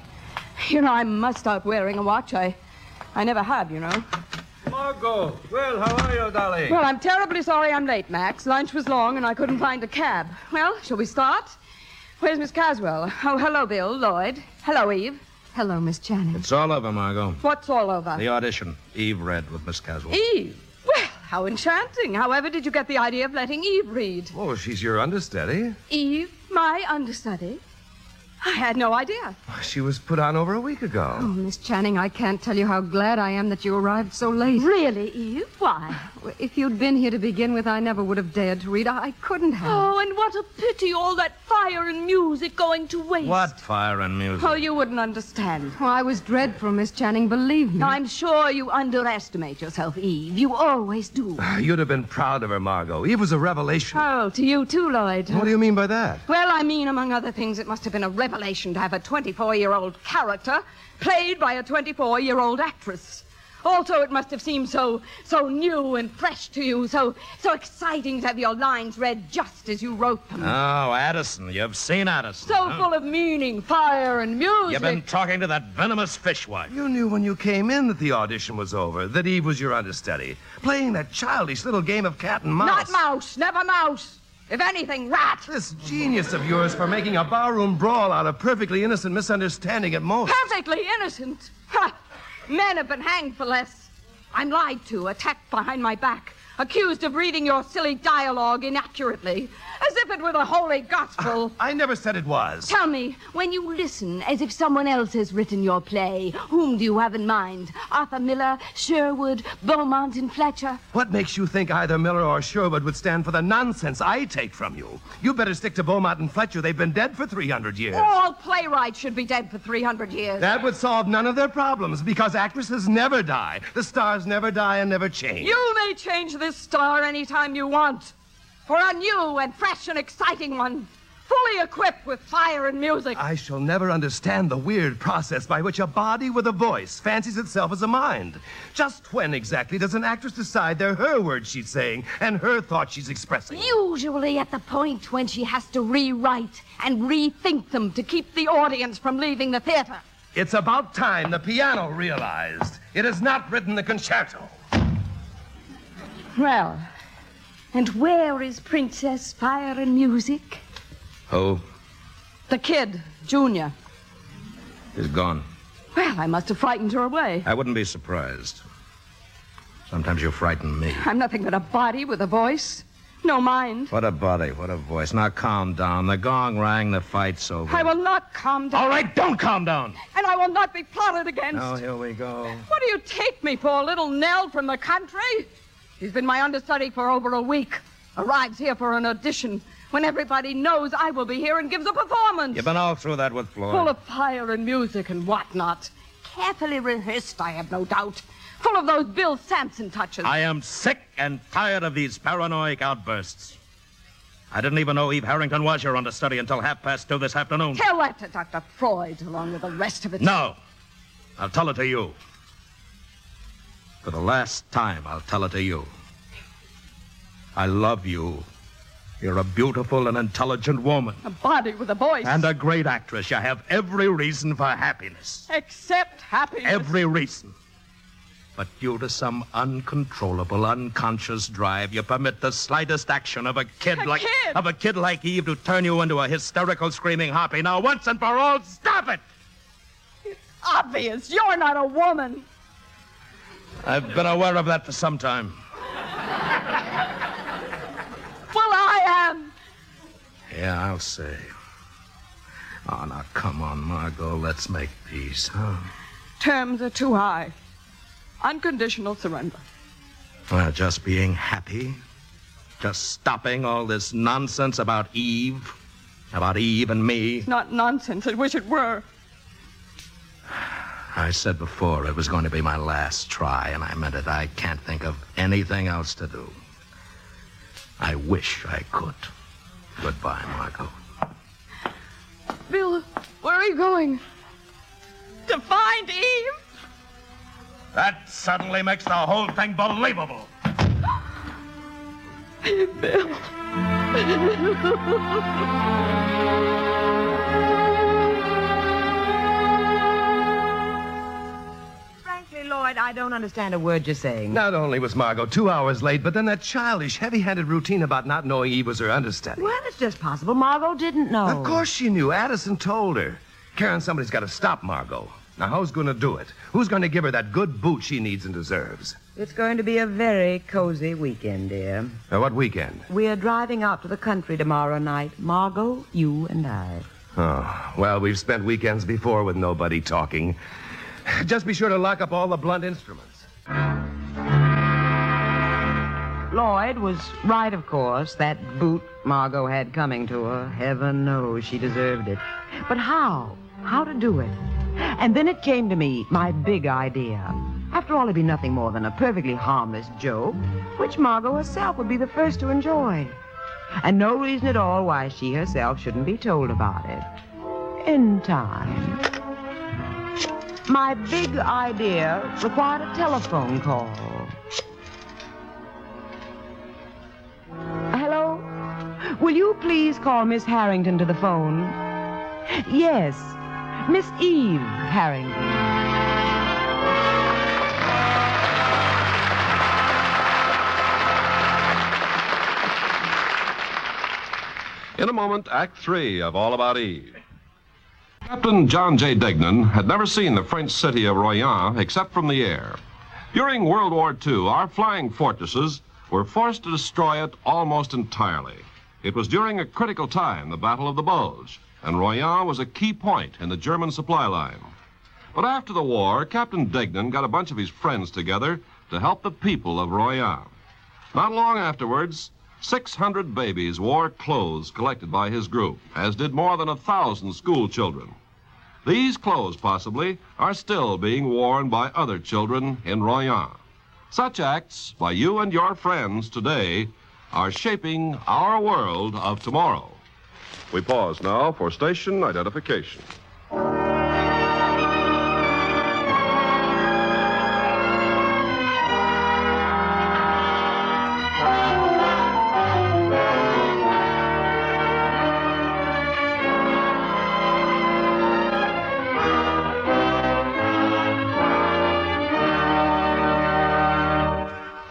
[SPEAKER 8] you know, I must start wearing a watch. I, I never have, you know.
[SPEAKER 12] Margot, well, how are you, darling?
[SPEAKER 8] Well, I'm terribly sorry I'm late, Max. Lunch was long and I couldn't find a cab. Well, shall we start? Where's Miss Caswell? Oh, hello, Bill, Lloyd. Hello, Eve.
[SPEAKER 5] Hello, Miss Channing.
[SPEAKER 9] It's all over, Margot.
[SPEAKER 8] What's all over?
[SPEAKER 9] The audition. Eve read with Miss Caswell.
[SPEAKER 8] Ah. Eve. Well, how enchanting. However, did you get the idea of letting Eve read?
[SPEAKER 6] Oh, she's your understudy.
[SPEAKER 8] Eve, my understudy? I had no idea.
[SPEAKER 6] She was put on over a week
[SPEAKER 5] Oh,
[SPEAKER 6] ago.
[SPEAKER 5] Miss Channing, I can't tell you how glad I am that you arrived so late.
[SPEAKER 8] Really, Eve? Why?
[SPEAKER 5] If you'd been here to begin with, I never would have dared to read. I I couldn't have.
[SPEAKER 8] Oh, and what a pity all that fire and music going to waste.
[SPEAKER 9] What fire and music?
[SPEAKER 8] Oh, you wouldn't understand.
[SPEAKER 5] Oh, I was dreadful, Miss Channing, believe me.
[SPEAKER 8] I'm sure you underestimate yourself, Eve. You always do.
[SPEAKER 6] You'd have been proud of her, Margot. Eve was a revelation.
[SPEAKER 8] Oh, to you too, Lloyd.
[SPEAKER 6] What do you mean by that?
[SPEAKER 8] Well, I mean, among other things, it must have been a revelation to have a 24 year old character played by a 24 year old actress. Also, it must have seemed so so new and fresh to you, so so exciting to have your lines read just as you wrote them.
[SPEAKER 9] Oh, Addison. You've seen Addison.
[SPEAKER 8] so
[SPEAKER 9] huh?
[SPEAKER 8] full of meaning, fire, and music.
[SPEAKER 9] You've been talking to that venomous fishwife.
[SPEAKER 6] You knew when you came in that the audition was over, that Eve was your understudy, playing that childish little game of cat and mouse.
[SPEAKER 8] Not mouse, never mouse. If anything, rat.
[SPEAKER 6] This genius of yours for making a barroom brawl out of perfectly innocent misunderstanding at most.
[SPEAKER 8] Perfectly innocent. Ha! Men have been hanged for less. I'm lied to, attacked behind my back, accused of reading your silly dialogue inaccurately, as if it were the Holy Gospel.
[SPEAKER 6] I never said it was.
[SPEAKER 8] Tell me, when you listen as if someone else has written your play, whom do you have in mind? Arthur Miller, Sherwood, Beaumont, and Fletcher?
[SPEAKER 6] What makes you think either Miller or Sherwood would stand for the nonsense I take from you? You better stick to Beaumont and Fletcher. They've been dead for 300 years.
[SPEAKER 8] All playwrights should be dead for 300 years.
[SPEAKER 6] That would solve none of their problems because actresses never die. The stars never die and never change.
[SPEAKER 8] You may change this star anytime you want for a new and fresh and exciting one, fully equipped with fire and music.
[SPEAKER 6] I shall never understand the weird process by which a body with a voice fancies itself as a mind. Just when exactly does an actress decide they're her words she's saying and her thoughts she's expressing?
[SPEAKER 8] Usually at the point when she has to rewrite and rethink them to keep the audience from leaving the theater.
[SPEAKER 6] It's about time the piano realized it has not written the concerto.
[SPEAKER 8] Well, and where is Princess Fire and Music?
[SPEAKER 9] Who
[SPEAKER 8] The kid, Junior.
[SPEAKER 9] is gone?
[SPEAKER 8] Well, I must have frightened her away.
[SPEAKER 9] I wouldn't be surprised. Sometimes you frighten me.
[SPEAKER 8] I'm nothing but a body with a voice. No mind.
[SPEAKER 9] What a body, what a voice. Now calm down. The gong rang, the fight's over.
[SPEAKER 8] I will not calm down.
[SPEAKER 9] All right, don't calm down.
[SPEAKER 8] And I will not be plotted against.
[SPEAKER 9] Now here we go.
[SPEAKER 8] What do you take me for, little Nell from the country? She's been my understudy for over a week. Arrives here for an audition when everybody knows I will be here and gives a performance.
[SPEAKER 9] You've been all through that with Floyd.
[SPEAKER 8] Full of fire and music and whatnot. Carefully rehearsed, I have no doubt. Full of those Bill Sampson touches.
[SPEAKER 9] I am sick and tired of these paranoid outbursts. I didn't even know Eve Harrington was your understudy until half past two this afternoon.
[SPEAKER 8] Tell that to Dr. Freud along with the rest of it.
[SPEAKER 9] No. I'll tell it to you. For the last time, I'll tell it to you. I love you. You're a beautiful and intelligent woman
[SPEAKER 8] A body with a voice.
[SPEAKER 9] and a great actress. You have every reason for happiness.
[SPEAKER 8] Except happiness.
[SPEAKER 9] Every reason. But due to some uncontrollable, unconscious drive, you permit the slightest action of a kid
[SPEAKER 8] A
[SPEAKER 9] like
[SPEAKER 8] kid!
[SPEAKER 9] of a kid like Eve to turn you into a hysterical screaming harpy. Now, once and for all, stop it!
[SPEAKER 8] Obvious. You're not a woman.
[SPEAKER 9] I've been aware of that for some time.
[SPEAKER 8] Well, I am.
[SPEAKER 9] Yeah, I'll say. Oh, now come on, Margot. Let's make peace, huh?
[SPEAKER 8] Terms are too high. Unconditional surrender.
[SPEAKER 9] Well, just being happy. Just stopping all this nonsense about Eve. About Eve and me.
[SPEAKER 8] It's not nonsense. I wish it were.
[SPEAKER 9] I said before it was going to be my last try, and I meant it. I can't think of anything else to do. I wish I could. Goodbye, Margot.
[SPEAKER 8] Bill, where are you going? To find Eve?
[SPEAKER 6] That suddenly makes the whole thing believable.
[SPEAKER 8] Bill.
[SPEAKER 4] Frankly, Lloyd, I don't understand a word you're saying.
[SPEAKER 6] Not only was Margot two hours late, but then that childish, heavy handed routine about not knowing Eve was her understudy.
[SPEAKER 4] Well, it's just possible Margot didn't know.
[SPEAKER 6] Of course she knew. Addison told her. Karen, somebody's got to stop Margot. Now, who's going to do it? Who's going to give her that good boot she needs and deserves?
[SPEAKER 4] It's going to be a very cozy weekend, dear.
[SPEAKER 6] Now, what weekend?
[SPEAKER 4] We're driving out to the country tomorrow night. Margot, you and I.
[SPEAKER 6] Oh, well, we've spent weekends before with nobody talking. Just be sure to lock up all the blunt instruments.
[SPEAKER 4] Lloyd was right, of course. That boot Margot had coming to her, heaven knows she deserved it. But how? How to do it? And then it came to me, my big idea. After all, it'd be nothing more than a perfectly harmless joke, which Margot herself would be the first to enjoy. And no reason at all why she herself shouldn't be told about it. In time. My big idea required a telephone call. Hello? Will you please call Miss Harrington to the phone? Yes, Miss Eve Harrington.
[SPEAKER 1] In a moment, Act Three of All About Eve. Captain John J. Degnan had never seen the French city of Royan except from the air. During World War II, our flying fortresses were forced to destroy it almost entirely. It was during a critical time, the Battle of the Bulge, and Royan was a key point in the German supply line. But after the war, Captain Degnan got a bunch of his friends together to help the people of Royan. Not long afterwards, 600 babies wore clothes collected by his group, as did more than a thousand school children. These clothes, possibly, are still being worn by other children in Royan. Such acts by you and your friends today are shaping our world of tomorrow. We pause now for station identification.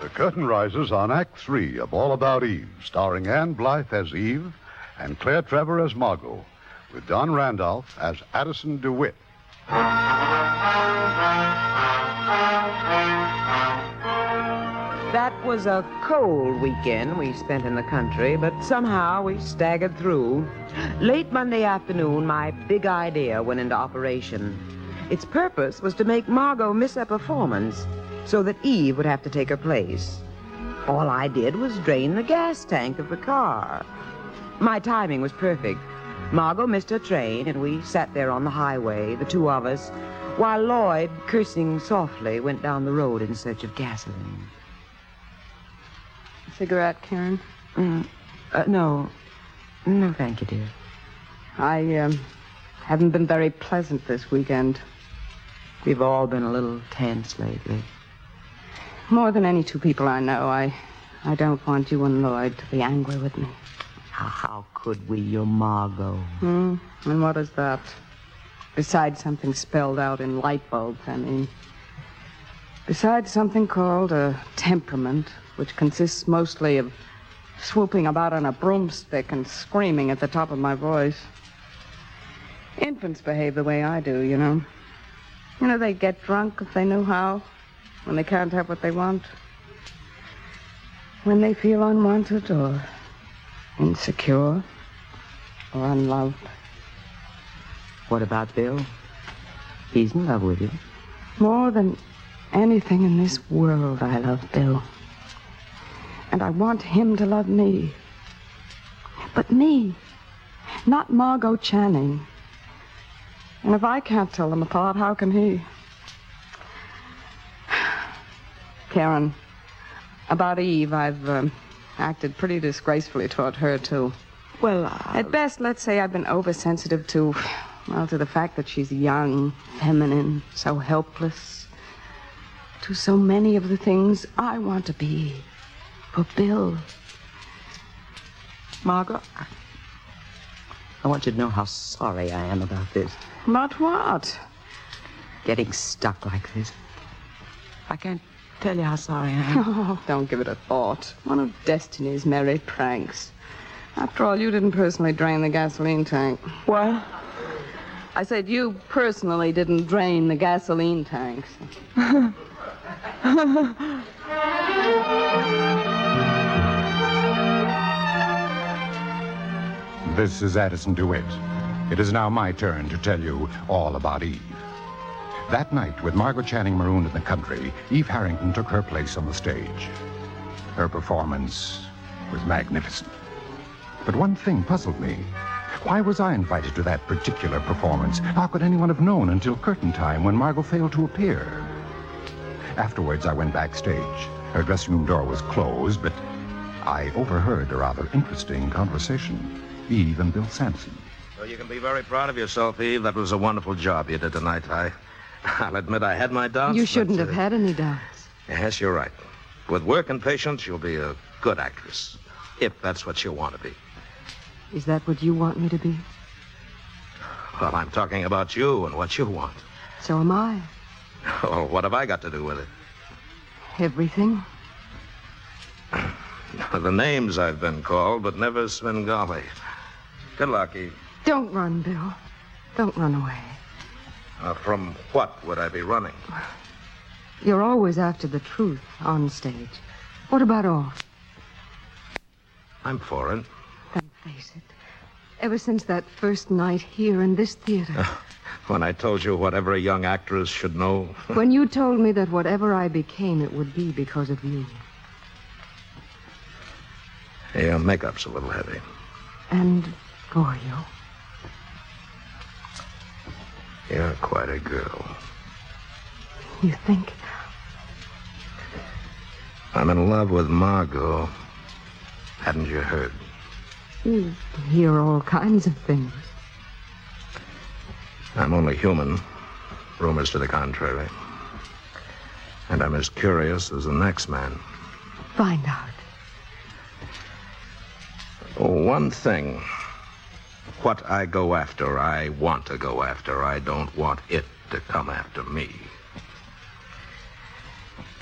[SPEAKER 2] The curtain rises on Act Three of All About Eve, starring Anne Blythe as Eve and Claire Trevor as Margot, with Don Randolph as Addison DeWitt.
[SPEAKER 4] That was a cold weekend we spent in the country, but somehow we staggered through. Late Monday afternoon, my big idea went into operation. Its purpose was to make Margot miss a performance so that Eve would have to take her place. All I did was drain the gas tank of the car. My timing was perfect. Margot missed her train, and we sat there on the highway, the two of us, while Lloyd, cursing softly, went down the road in search of gasoline.
[SPEAKER 8] Cigarette, Karen?
[SPEAKER 4] Mm, uh, no. No, Mm. thank you, dear.
[SPEAKER 8] I um, haven't been very pleasant this weekend.
[SPEAKER 4] We've all been a little tense lately.
[SPEAKER 8] More than any two people I know, I, I don't want you and Lloyd to be angry with me.
[SPEAKER 4] How, how could we, your Margot?
[SPEAKER 8] Hmm. And what is that? Besides something spelled out in light bulbs, I mean. Besides something called a temperament, which consists mostly of swooping about on a broomstick and screaming at the top of my voice. Infants behave the way I do, you know. You know, they get drunk if they know how, when they can't have what they want, when they feel unwanted or insecure or unloved.
[SPEAKER 4] What about Bill? He's in love with you.
[SPEAKER 8] More than anything in this world, I love Bill. And I want him to love me. But me, not Margot Channing. And if I can't tell them apart, how can he? Karen, about Eve, I've um acted pretty disgracefully toward her, too. Well, at best, let's say I've been oversensitive to, well, to the fact that she's young, feminine, so helpless, to so many of the things I want to be for Bill.
[SPEAKER 13] Margot, I- I want you to know how sorry I am about this.
[SPEAKER 8] But what?
[SPEAKER 13] Getting stuck like this.
[SPEAKER 8] I can't tell you how sorry I am. Oh, don't give it a thought. One of Destiny's merry pranks. After all, you didn't personally drain the gasoline tank. What? I said you personally didn't drain the gasoline tanks.
[SPEAKER 3] This is Addison DeWitt. It is now my turn to tell you all about Eve. That night, with Margot Channing marooned in the country, Eve Harrington took her place on the stage. Her performance was magnificent. But one thing puzzled me. Why was I invited to that particular performance? How could anyone have known until curtain time when Margot failed to appear? Afterwards, I went backstage. Her dressing room door was closed, but I overheard a rather interesting conversation. Eve and Bill Sampson.
[SPEAKER 9] Well, you can be very proud of yourself, Eve. That was a wonderful job you did tonight. I, I'll admit I had my doubts.
[SPEAKER 5] you
[SPEAKER 9] but,
[SPEAKER 5] shouldn't
[SPEAKER 9] uh,
[SPEAKER 5] have had any doubts.
[SPEAKER 9] Yes, you're right. With work and patience, you'll be a good actress, if that's what you want to be.
[SPEAKER 5] Is that what you want me to be?
[SPEAKER 9] Well, I'm talking about you and what you want.
[SPEAKER 5] So am I.
[SPEAKER 9] Well, what have I got to do with it?
[SPEAKER 5] Everything.
[SPEAKER 9] the names I've been called, but never Svengali. Good luck, Eve.
[SPEAKER 5] Don't run, Bill. Don't run away.
[SPEAKER 9] Uh, from what would I be running?
[SPEAKER 5] You're always after the truth on stage. What about off?
[SPEAKER 9] I'm foreign.
[SPEAKER 5] Then face it. Ever since that first night here in this theater,
[SPEAKER 9] When I told you what every young actress should know,
[SPEAKER 5] when you told me that whatever I became, it would be because of you.
[SPEAKER 9] your makeup's a little heavy.
[SPEAKER 5] And Goyo.
[SPEAKER 9] You're quite a girl.
[SPEAKER 5] You think?
[SPEAKER 9] I'm in love with Margot. Hadn't you heard?
[SPEAKER 5] You hear all kinds of things.
[SPEAKER 9] I'm only human. Rumors to the contrary. And I'm as curious as the next man.
[SPEAKER 5] Find out.
[SPEAKER 9] Oh, one thing. What I go after, I want to go after. I don't want it to come after me.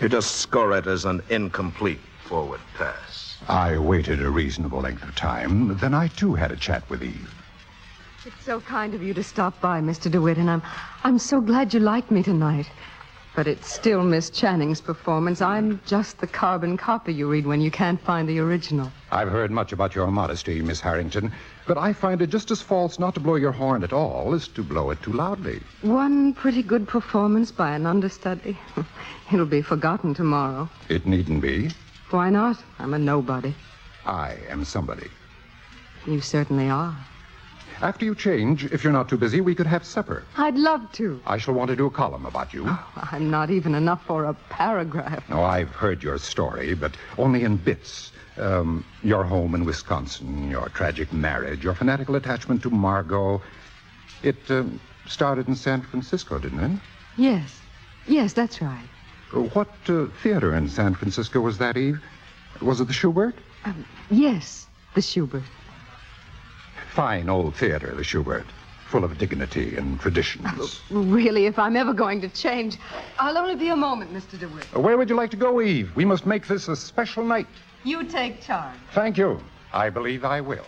[SPEAKER 9] You just score it as an incomplete forward pass.
[SPEAKER 3] I waited a reasonable length of time. Then I too had a chat with Eve.
[SPEAKER 5] It's so kind of you to stop by, Mr. DeWitt, and I'm I'm so glad you liked me tonight.
[SPEAKER 8] But it's still Miss Channing's performance. I'm just the carbon copy you read when you can't find the original.
[SPEAKER 3] I've heard much about your modesty, Miss Harrington, but I find it just as false not to blow your horn at all as to blow it too loudly.
[SPEAKER 8] One pretty good performance by an understudy. It'll be forgotten tomorrow.
[SPEAKER 3] It needn't be.
[SPEAKER 8] Why not? I'm a nobody.
[SPEAKER 3] I am somebody.
[SPEAKER 8] You certainly are.
[SPEAKER 3] After you change, if you're not too busy, we could have supper.
[SPEAKER 8] I'd love to.
[SPEAKER 3] I shall want to do a column about you.
[SPEAKER 8] I'm not even enough for a paragraph.
[SPEAKER 3] Oh, I've heard your story, but only in bits. Um, your home in Wisconsin, your tragic marriage, your fanatical attachment to Margot. It um, started in San Francisco, didn't
[SPEAKER 5] Yes. Yes, that's right.
[SPEAKER 3] it? What uh, theater in San Francisco was that, Eve? Was it the Schubert?
[SPEAKER 5] Um, yes, the Schubert.
[SPEAKER 3] Fine old theater, the Schubert. Full of dignity and traditions.
[SPEAKER 8] Really, if I'm ever going to change, I'll only be a moment, Mr. DeWitt.
[SPEAKER 3] Where would you like to go, Eve? We must make this a special night.
[SPEAKER 8] You take charge.
[SPEAKER 3] Thank you. I believe I will.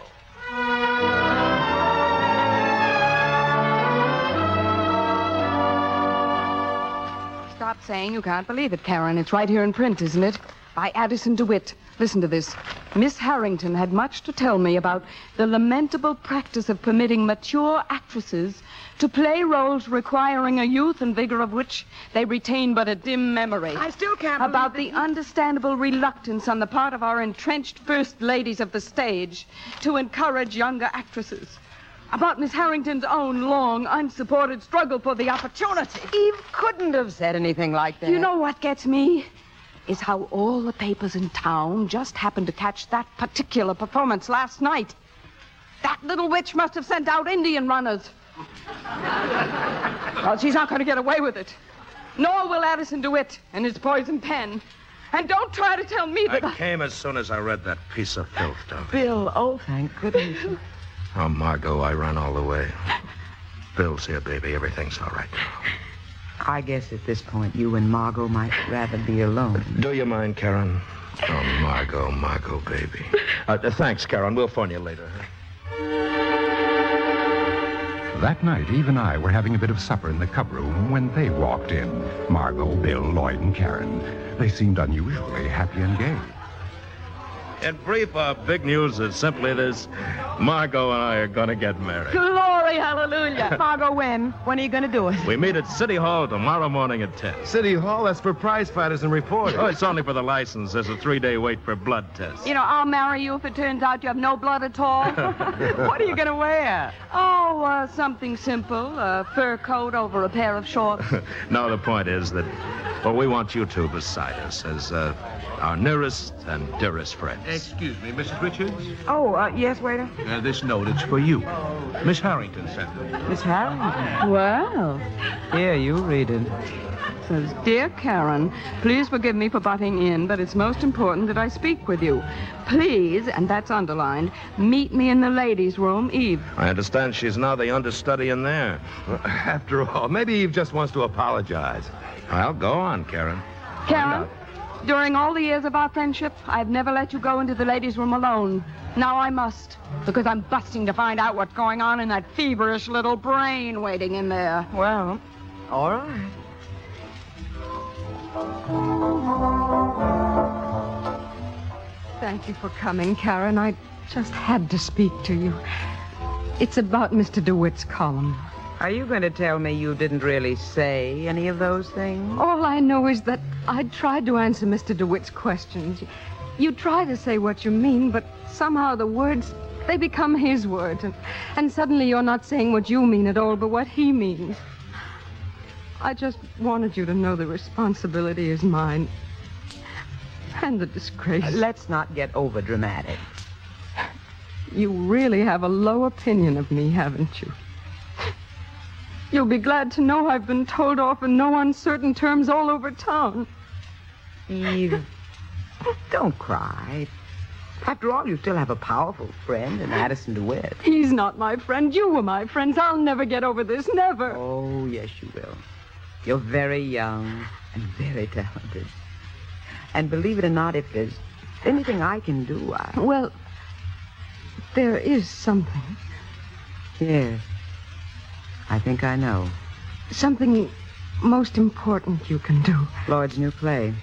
[SPEAKER 8] Stop saying you can't believe it, Karen. It's right here in print, isn't it? By Addison DeWitt. Listen to this. Miss Harrington had much to tell me about the lamentable practice of permitting mature actresses to play roles requiring a youth and vigor of which they retain but a dim memory.
[SPEAKER 4] I still can't believe
[SPEAKER 8] About
[SPEAKER 4] that
[SPEAKER 8] the
[SPEAKER 4] you-
[SPEAKER 8] understandable reluctance on the part of our entrenched first ladies of the stage to encourage younger actresses. About Miss Harrington's own long, unsupported struggle for the opportunity. Eve couldn't have said anything like that. You know what gets me? Is how all the papers in town just happened to catch that particular performance last night. That little witch must have sent out Indian runners. Well, she's not going to get away with it. Nor will Addison DeWitt and his poison pen. And don't try to tell me that.
[SPEAKER 9] I came as soon as I read that piece of filth, Dolly.
[SPEAKER 4] Bill, oh, thank goodness.
[SPEAKER 9] Oh, Margot, I ran all the way. Bill's here, baby. Everything's all right.
[SPEAKER 4] I guess at this point you and Margot might rather be alone.
[SPEAKER 9] Do you mind, Karen? Oh, Margot, Margot, baby. Uh, uh, thanks, Karen. We'll phone you later. huh?
[SPEAKER 3] That night, Eve and I were having a bit of supper in the cub room when they walked in. Margot, Bill, Lloyd, and Karen. They seemed unusually happy and gay.
[SPEAKER 9] In brief, our big news is simply this Margot and I are going to get married.
[SPEAKER 8] Glory, hallelujah.
[SPEAKER 4] Margot, when? When are you going to do it?
[SPEAKER 9] We meet at City Hall tomorrow morning at 10. City Hall? That's for prize fighters and reporters. Oh, it's only for the license. There's a three day wait for blood tests.
[SPEAKER 8] You know, I'll marry you if it turns out you have no blood at all.
[SPEAKER 9] What
[SPEAKER 8] are you going to wear? Oh, uh, something simple a fur coat over a pair of shorts.
[SPEAKER 9] no, the point is that, well, we want you two beside us as uh, our nearest and dearest friends.
[SPEAKER 14] Excuse me, Mrs. Richards.
[SPEAKER 4] Oh, uh, yes, waiter.
[SPEAKER 14] Uh, this note, it's for you. Miss Harrington sent it.
[SPEAKER 4] Miss Harrington.
[SPEAKER 8] Well,
[SPEAKER 14] Here, you read it.
[SPEAKER 8] says, Dear Karen, please forgive me for butting in, but it's most important that I speak with you. Please, and that's underlined, meet me in the ladies' room, Eve.
[SPEAKER 9] I understand she's now the understudy in there.
[SPEAKER 6] After all, maybe Eve just wants to apologize.
[SPEAKER 9] Well, go on, Karen.
[SPEAKER 8] Karen, during all the years of our friendship, I've never let you go into the ladies' room alone. Now I must, because I'm busting to find out what's going on in that feverish little brain waiting in there. Well,
[SPEAKER 4] all right.
[SPEAKER 5] Thank you for coming, Karen. I just had to speak to you. It's about Mr. DeWitt's column.
[SPEAKER 4] Are you going to tell me you didn't really say any of those things?
[SPEAKER 5] All I know is that I tried to answer Mr. DeWitt's questions. You try to say what you mean, but somehow the words, they become his words. And, and suddenly you're not saying what you mean at all, but what he means. I just wanted you to know the responsibility is mine. And the disgrace.
[SPEAKER 4] Let's not get over dramatic.
[SPEAKER 5] You really have a low opinion of me, haven't you? You'll be glad to know I've been told off in no uncertain terms all over town.
[SPEAKER 4] Eve, don't cry. After all, you still have a powerful friend in Addison DeWitt.
[SPEAKER 5] He's not my friend. You were my friends. I'll never get over this. Never.
[SPEAKER 4] Oh, yes, you will. You're very young and very talented. And believe it or not, if there's anything I can do, I.
[SPEAKER 5] Well, there is something.
[SPEAKER 4] Yes. I think I know.
[SPEAKER 5] Something most important you can do.
[SPEAKER 4] Lloyd's new play.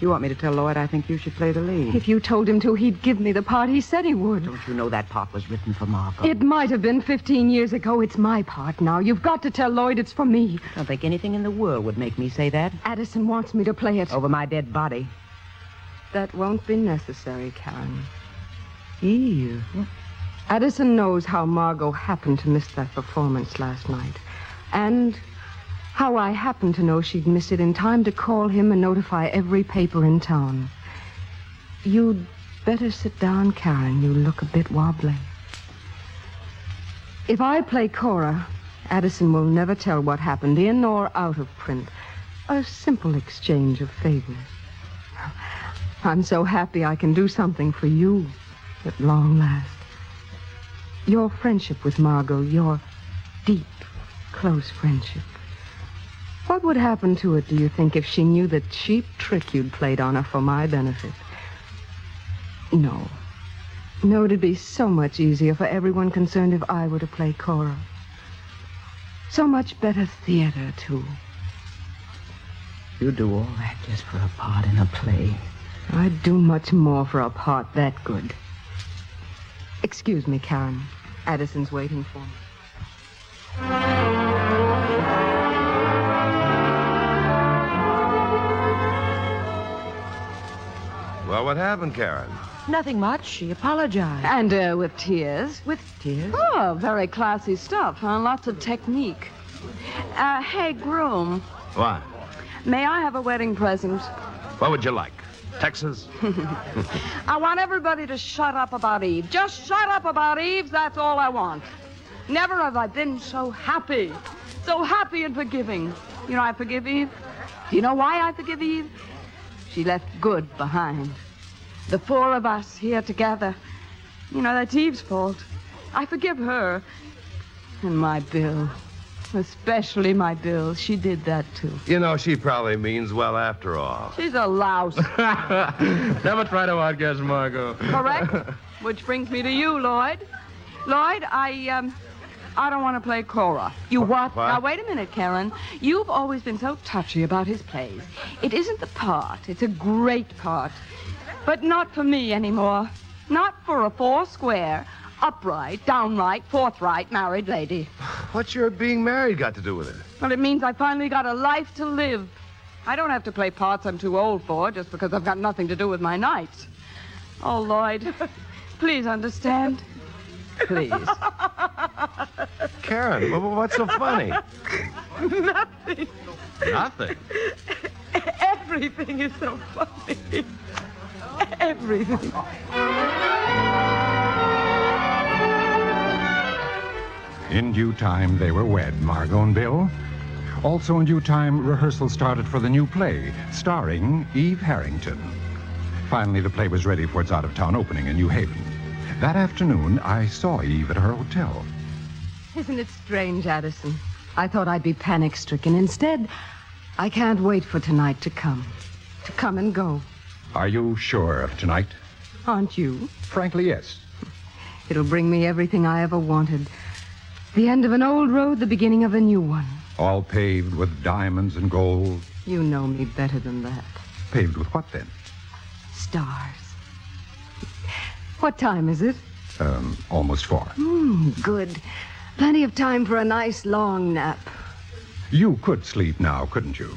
[SPEAKER 4] You want me to tell Lloyd I think you should play the lead?
[SPEAKER 5] If you told him to, he'd give me the part he said he would.
[SPEAKER 4] Don't you know that part was written for Margot?
[SPEAKER 5] It might have been 15 years ago. It's my part now. You've got to tell Lloyd it's for me.
[SPEAKER 4] I don't think anything in the world would make me say that.
[SPEAKER 5] Addison wants me to play it.
[SPEAKER 4] Over my dead body.
[SPEAKER 5] That won't be necessary, Karen.
[SPEAKER 4] Eve.
[SPEAKER 5] Addison knows how Margot happened to miss that performance last night. And how I happened to know she'd miss it in time to call him and notify every paper in town. You'd better sit down, Karen. You look a bit wobbly. If I play Cora, Addison will never tell what happened in or out of print. A simple exchange of favors. I'm so happy I can do something for you at long last. Your friendship with Margot, your deep, close friendship. What would happen to it, do you think, if she knew the cheap trick you'd played on her for my benefit? No. No, it'd be so much easier for everyone concerned if I were to play Cora. So much better theater, too.
[SPEAKER 4] You do all that just for a part in a play.
[SPEAKER 5] I'd do much more for a part that good. Excuse me, Karen. Addison's waiting for me.
[SPEAKER 1] Well, what happened, Karen?
[SPEAKER 15] Nothing much. She apologized.
[SPEAKER 8] And uh, with tears. With
[SPEAKER 15] tears?
[SPEAKER 8] Oh, very classy stuff, huh? Lots of technique. Uh, hey, groom,
[SPEAKER 9] Why?
[SPEAKER 8] may I have a wedding present?
[SPEAKER 9] What would you like? Texas?
[SPEAKER 8] I want everybody to shut up about Eve. Just shut up about Eve. That's all I want. Never have I been so happy. So happy and forgiving. You know, I forgive Eve. Do you know why I forgive Eve? She left good behind. The four of us here together. You know, that's Eve's fault. I forgive her. And my Bill. Especially my Bill. She did that too.
[SPEAKER 1] You know, she probably means well after all.
[SPEAKER 8] She's a louse.
[SPEAKER 11] Never try to outguess Margot.
[SPEAKER 8] Correct? Which brings me to you, Lloyd. Lloyd, I um I don't want to play Cora. You what?
[SPEAKER 11] what?
[SPEAKER 8] Now wait a minute, Karen. You've always been so touchy about his plays. It isn't the part, it's a great part. But not for me anymore. Not for a four square, upright, downright, forthright married lady.
[SPEAKER 1] What's your being married got to do with it?
[SPEAKER 8] Well, it means I finally got a life to live. I don't have to play parts I'm too old for just because I've got nothing to do with my nights. Oh, Lloyd, please understand. Please.
[SPEAKER 1] Karen, wh- wh- what's so funny?
[SPEAKER 8] Nothing.
[SPEAKER 1] Nothing.
[SPEAKER 8] Everything is so funny. Everything.
[SPEAKER 3] In due time, they were wed, Margot and Bill. Also, in due time, rehearsal started for the new play, starring Eve Harrington. Finally, the play was ready for its out of town opening in New Haven. That afternoon, I saw Eve at her hotel.
[SPEAKER 5] Isn't it strange, Addison? I thought I'd be panic stricken. Instead, I can't wait for tonight to come. To come and go.
[SPEAKER 3] Are you sure of tonight?
[SPEAKER 5] Aren't you?
[SPEAKER 3] Frankly, yes.
[SPEAKER 5] It'll bring me everything I ever wanted. The end of an old road, the beginning of a new one.
[SPEAKER 3] All paved with diamonds and gold.
[SPEAKER 5] You know me better than that.
[SPEAKER 3] Paved with what then?
[SPEAKER 5] Stars. What time is it?
[SPEAKER 3] Um, almost four.
[SPEAKER 5] Hmm, good. Plenty of time for a nice long nap.
[SPEAKER 3] You could sleep now, couldn't you?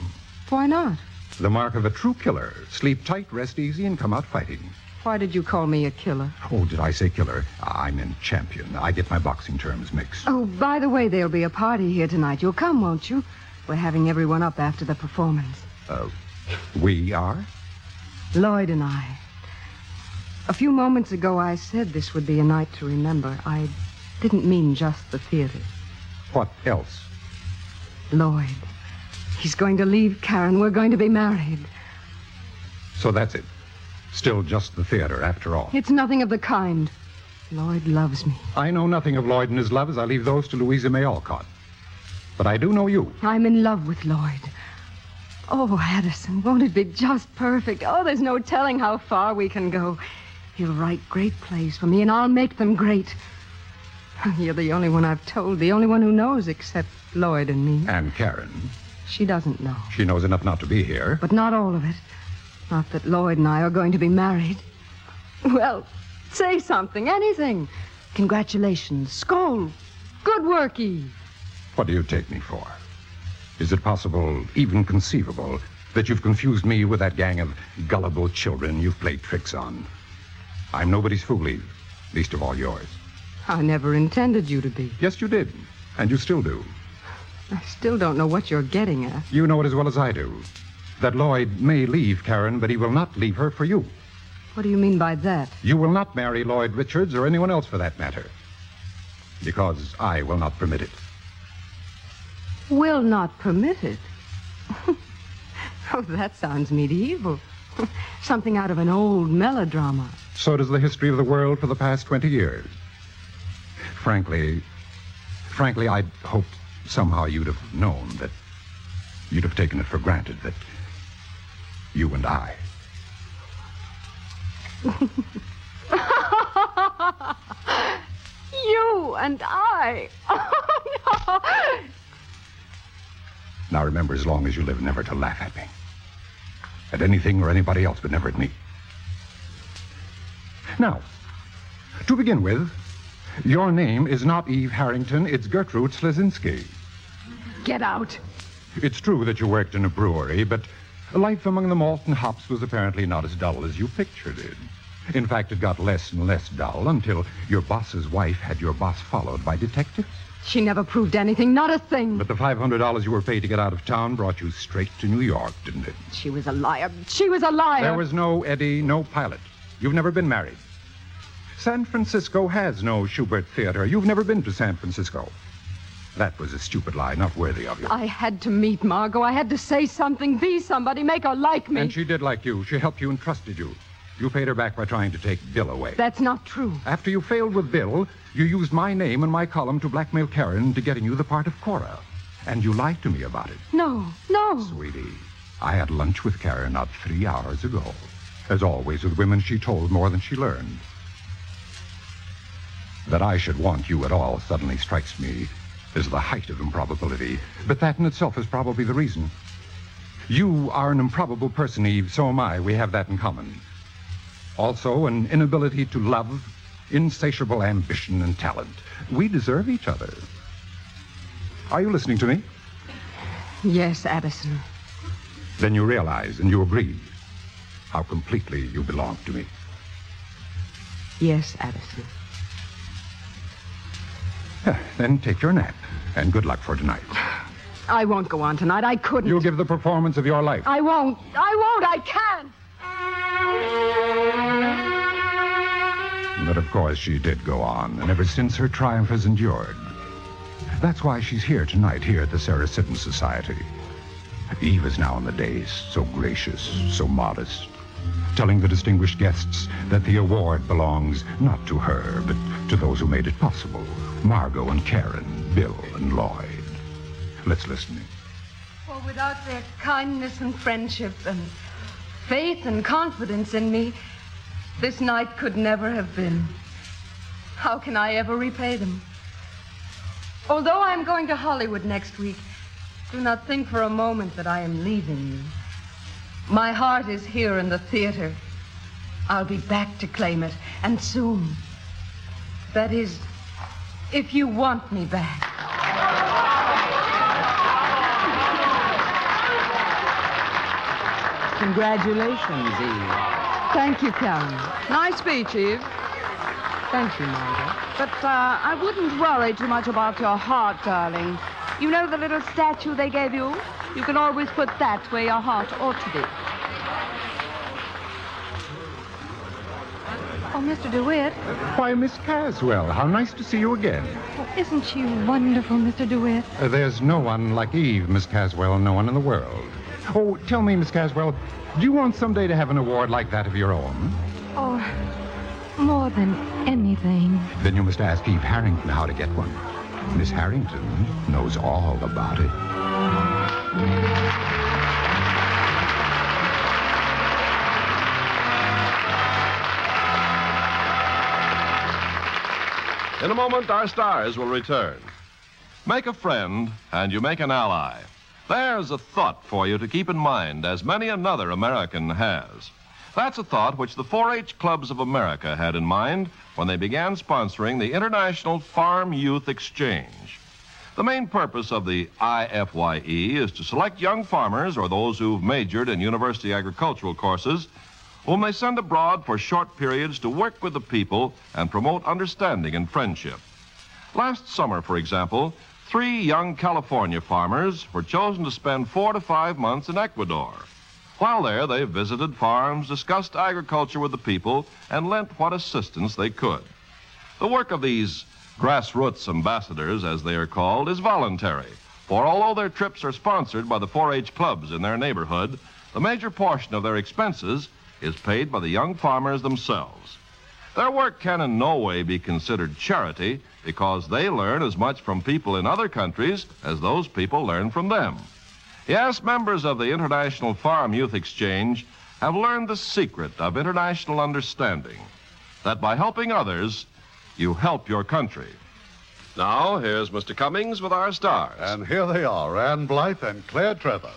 [SPEAKER 5] Why not?
[SPEAKER 3] The mark of a true killer. Sleep tight, rest easy, and come out fighting.
[SPEAKER 5] Why did you call me a killer?
[SPEAKER 3] Oh, did I say killer? I meant champion. I get my boxing terms mixed.
[SPEAKER 5] Oh, by the way, there'll be a party here tonight. You'll come, won't you? We're having everyone up after the performance.
[SPEAKER 3] Uh, we are?
[SPEAKER 5] Lloyd and I. A few moments ago, I said this would be a night to remember. I didn't mean just the theater.
[SPEAKER 3] What else?
[SPEAKER 5] Lloyd. He's going to leave Karen. We're going to be married.
[SPEAKER 3] So that's it. Still just the theater, after all.
[SPEAKER 5] It's nothing of the kind. Lloyd loves me.
[SPEAKER 3] I know nothing of Lloyd and his love as I leave those to Louisa May Alcott. But I do know you.
[SPEAKER 5] I'm in love with Lloyd. Oh, Addison, won't it be just perfect? Oh, there's no telling how far we can go. He'll write great plays for me, and I'll make them great. You're the only one I've told, the only one who knows except Lloyd and me.
[SPEAKER 3] And Karen.
[SPEAKER 5] She doesn't know,
[SPEAKER 3] She knows enough not to be here.
[SPEAKER 5] but not all of it. Not that Lloyd and I are going to be married. Well, say something, anything. Congratulations, Skoll. Good work, Eve.
[SPEAKER 3] What do you take me for? Is it possible, even conceivable, that you've confused me with that gang of gullible children you've played tricks on? I'm nobody's fool, Eve. Least of all yours.
[SPEAKER 5] I never intended you to be.
[SPEAKER 3] Yes, you did. And you still do.
[SPEAKER 5] I still don't know what you're getting at.
[SPEAKER 3] You know it as well as I do. That Lloyd may leave Karen, but he will not leave her for you.
[SPEAKER 5] What do you mean by that?
[SPEAKER 3] You will not marry Lloyd Richards or anyone else for that matter. Because I will not permit it.
[SPEAKER 5] Will not permit it. oh, that sounds medieval. Something out of an old melodrama.
[SPEAKER 3] So does the history of the world for the past 20 years. Frankly, frankly, I'd hoped somehow you'd have known that you'd have taken it for granted that you and I.
[SPEAKER 8] you and I. Oh, no.
[SPEAKER 3] Now remember, as long as you live, never to laugh at me. At anything or anybody else, but never at me. Now, to begin with, your name is not Eve Harrington, it's Gertrude Slezinski.
[SPEAKER 8] Get out.
[SPEAKER 3] It's true that you worked in a brewery, but life among the malt and hops was apparently not as dull as you pictured it. In fact, it got less and less dull until your boss's wife had your boss followed by detectives.
[SPEAKER 8] She never proved anything, not a thing.
[SPEAKER 3] But the $500 you were paid to get out of town brought you straight to New York, didn't it?
[SPEAKER 8] She was a liar. She was a liar.
[SPEAKER 3] There was no Eddie, no pilot. You've never been married. San Francisco has no Schubert Theater. You've never been to San Francisco. That was a stupid lie, not worthy of you.
[SPEAKER 8] I had to meet Margot. I had to say something, be somebody, make her like me.
[SPEAKER 3] And she did like you. She helped you and trusted you. You paid her back by trying to take Bill away.
[SPEAKER 8] That's not true.
[SPEAKER 3] After you failed with Bill, you used my name and my column to blackmail Karen into getting you the part of Cora. And you lied to me about it.
[SPEAKER 8] No, no.
[SPEAKER 3] Sweetie, I had lunch with Karen not three hours ago. As always with women, she told more than she learned. That I should want you at all suddenly strikes me as the height of improbability, but that in itself is probably the reason. You are an improbable person, Eve, so am I. We have that in common. Also, an inability to love, insatiable ambition, and talent. We deserve each other. Are you listening to me?
[SPEAKER 8] Yes, Addison.
[SPEAKER 3] Then you realize and you agree how completely you belong to me.
[SPEAKER 8] Yes, Addison.
[SPEAKER 3] Yeah, Then take your nap, and good luck for tonight.
[SPEAKER 8] I won't go on tonight. I couldn't.
[SPEAKER 3] You'll give the performance of your life.
[SPEAKER 8] I won't. I won't. I can't.
[SPEAKER 3] But of course, she did go on, and ever since her triumph has endured. That's why she's here tonight, here at the Sarah Siddon Society. Eve is now in the days, so gracious, so modest, telling the distinguished guests that the award belongs not to her, but to those who made it possible Margot and Karen, Bill and Lloyd. Let's listen in.
[SPEAKER 5] For without their kindness and friendship and faith and confidence in me, this night could never have been. How can I ever repay them? Although I'm going to Hollywood next week, do not think for a moment that I am leaving you. My heart is here in the theater. I'll be back to claim it, and soon. That is, if you want me back.
[SPEAKER 16] Congratulations, Eve.
[SPEAKER 8] Thank you, Karen. Nice speech, Eve.
[SPEAKER 16] Thank you, Margaret.
[SPEAKER 8] But uh, I wouldn't worry too much about your heart, darling. You know the little statue they gave you? You can always put that where your heart ought to be. Oh, Mr. DeWitt.
[SPEAKER 3] Why, Miss Caswell, how nice to see you again.
[SPEAKER 8] Oh, isn't she wonderful, Mr. DeWitt?
[SPEAKER 3] Uh, there's no one like Eve, Miss Caswell, no one in the world. Oh, tell me, Miss Caswell, do you want someday to have an award like that of your own?
[SPEAKER 8] Oh, more than anything.
[SPEAKER 3] Then you must ask Eve Harrington how to get one. Miss Harrington knows all about it.
[SPEAKER 1] In a moment, our stars will return. Make a friend, and you make an ally. There's a thought for you to keep in mind, as many another American has. That's a thought which the 4 H clubs of America had in mind when they began sponsoring the International Farm Youth Exchange. The main purpose of the IFYE E is to select young farmers or those who've majored in university agricultural courses whom they send abroad for short periods to work with the people and promote understanding and friendship. Last summer, for example, three young California farmers were chosen to spend four to five months in Ecuador. While there, they visited farms, discussed agriculture with the people, and lent what assistance they could. The work of these grassroots ambassadors, as they are called, is voluntary, for although their trips are sponsored by the 4 H clubs in their neighborhood, the major portion of their expenses is paid by the young farmers themselves. Their work can in no way be considered charity because they learn as much from people in other countries as those people learn from them. Yes, members of the International Farm Youth Exchange have learned the secret of international understanding that by helping others, you help your country. Now, here's Mr. Cummings with our stars.
[SPEAKER 2] And here they are Ann Blythe and Claire Trevor.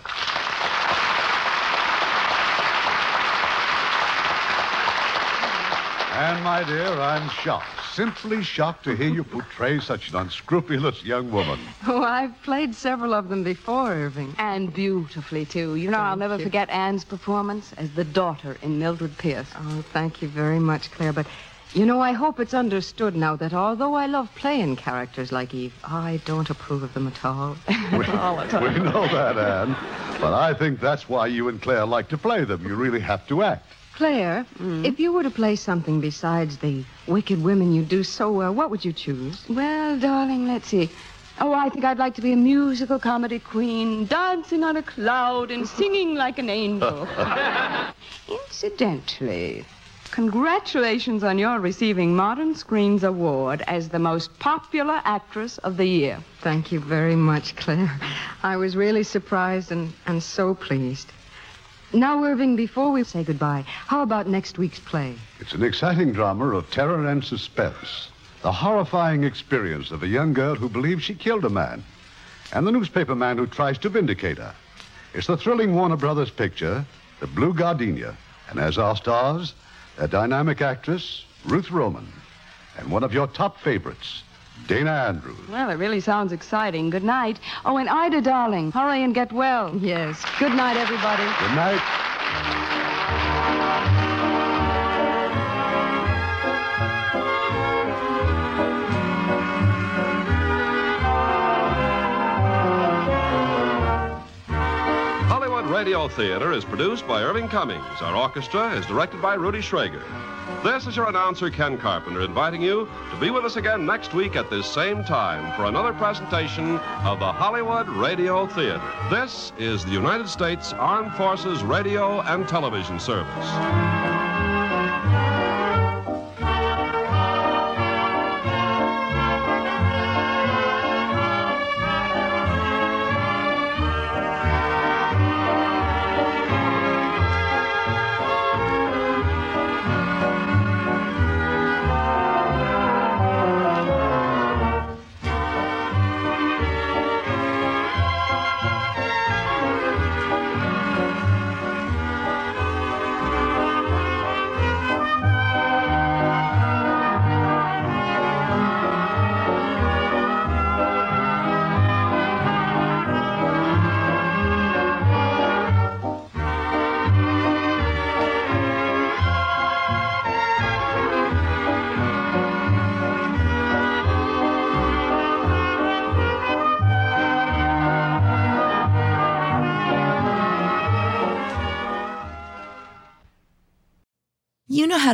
[SPEAKER 2] And, my dear, I'm shocked, simply shocked to hear you portray such an unscrupulous young woman.
[SPEAKER 8] Oh, I've played several of them before, Irving. And beautifully, too. You know, I'll never forget Anne's performance as the daughter in Mildred Pierce.
[SPEAKER 5] Oh, thank you very much, Claire, but you know, I hope it's understood now that although I love playing characters like Eve, I don't approve of them at all.
[SPEAKER 8] all at
[SPEAKER 2] We know that, Anne. But I think that's why you and Claire like to play them. You really have to act.
[SPEAKER 5] Claire,
[SPEAKER 8] Mm.
[SPEAKER 5] if you were to play something besides the wicked women you do so well, what would you choose?
[SPEAKER 8] Well, darling, let's see. Oh, I think I'd like to be a musical comedy queen, dancing on a cloud and singing like an angel. Incidentally, congratulations on your receiving Modern Screens Award as the most popular actress of the year.
[SPEAKER 5] Thank you very much, Claire. I was really surprised and, and so pleased. Now, Irving, before we say goodbye, how about next week's play?
[SPEAKER 2] It's an exciting drama of terror and suspense. The horrifying experience of a young girl who believes she killed a man, and the newspaper man who tries to vindicate her. It's the thrilling Warner Brothers picture, The Blue Gardenia, and as our stars, their dynamic actress, Ruth Roman, and one of your top favorites, Dana Andrews.
[SPEAKER 8] Well, it really sounds exciting. Good night. Oh, and Ida, darling, hurry and get well. Yes. Good night, everybody.
[SPEAKER 2] Good night.
[SPEAKER 1] Hollywood Radio Theater is produced by Irving Cummings. Our orchestra is directed by Rudy Schrager. This is your announcer, Ken Carpenter, inviting you to be with us again next week at this same time for another presentation of the Hollywood Radio Theater. This is the United States Armed Forces Radio and Television Service.
[SPEAKER 17] You know how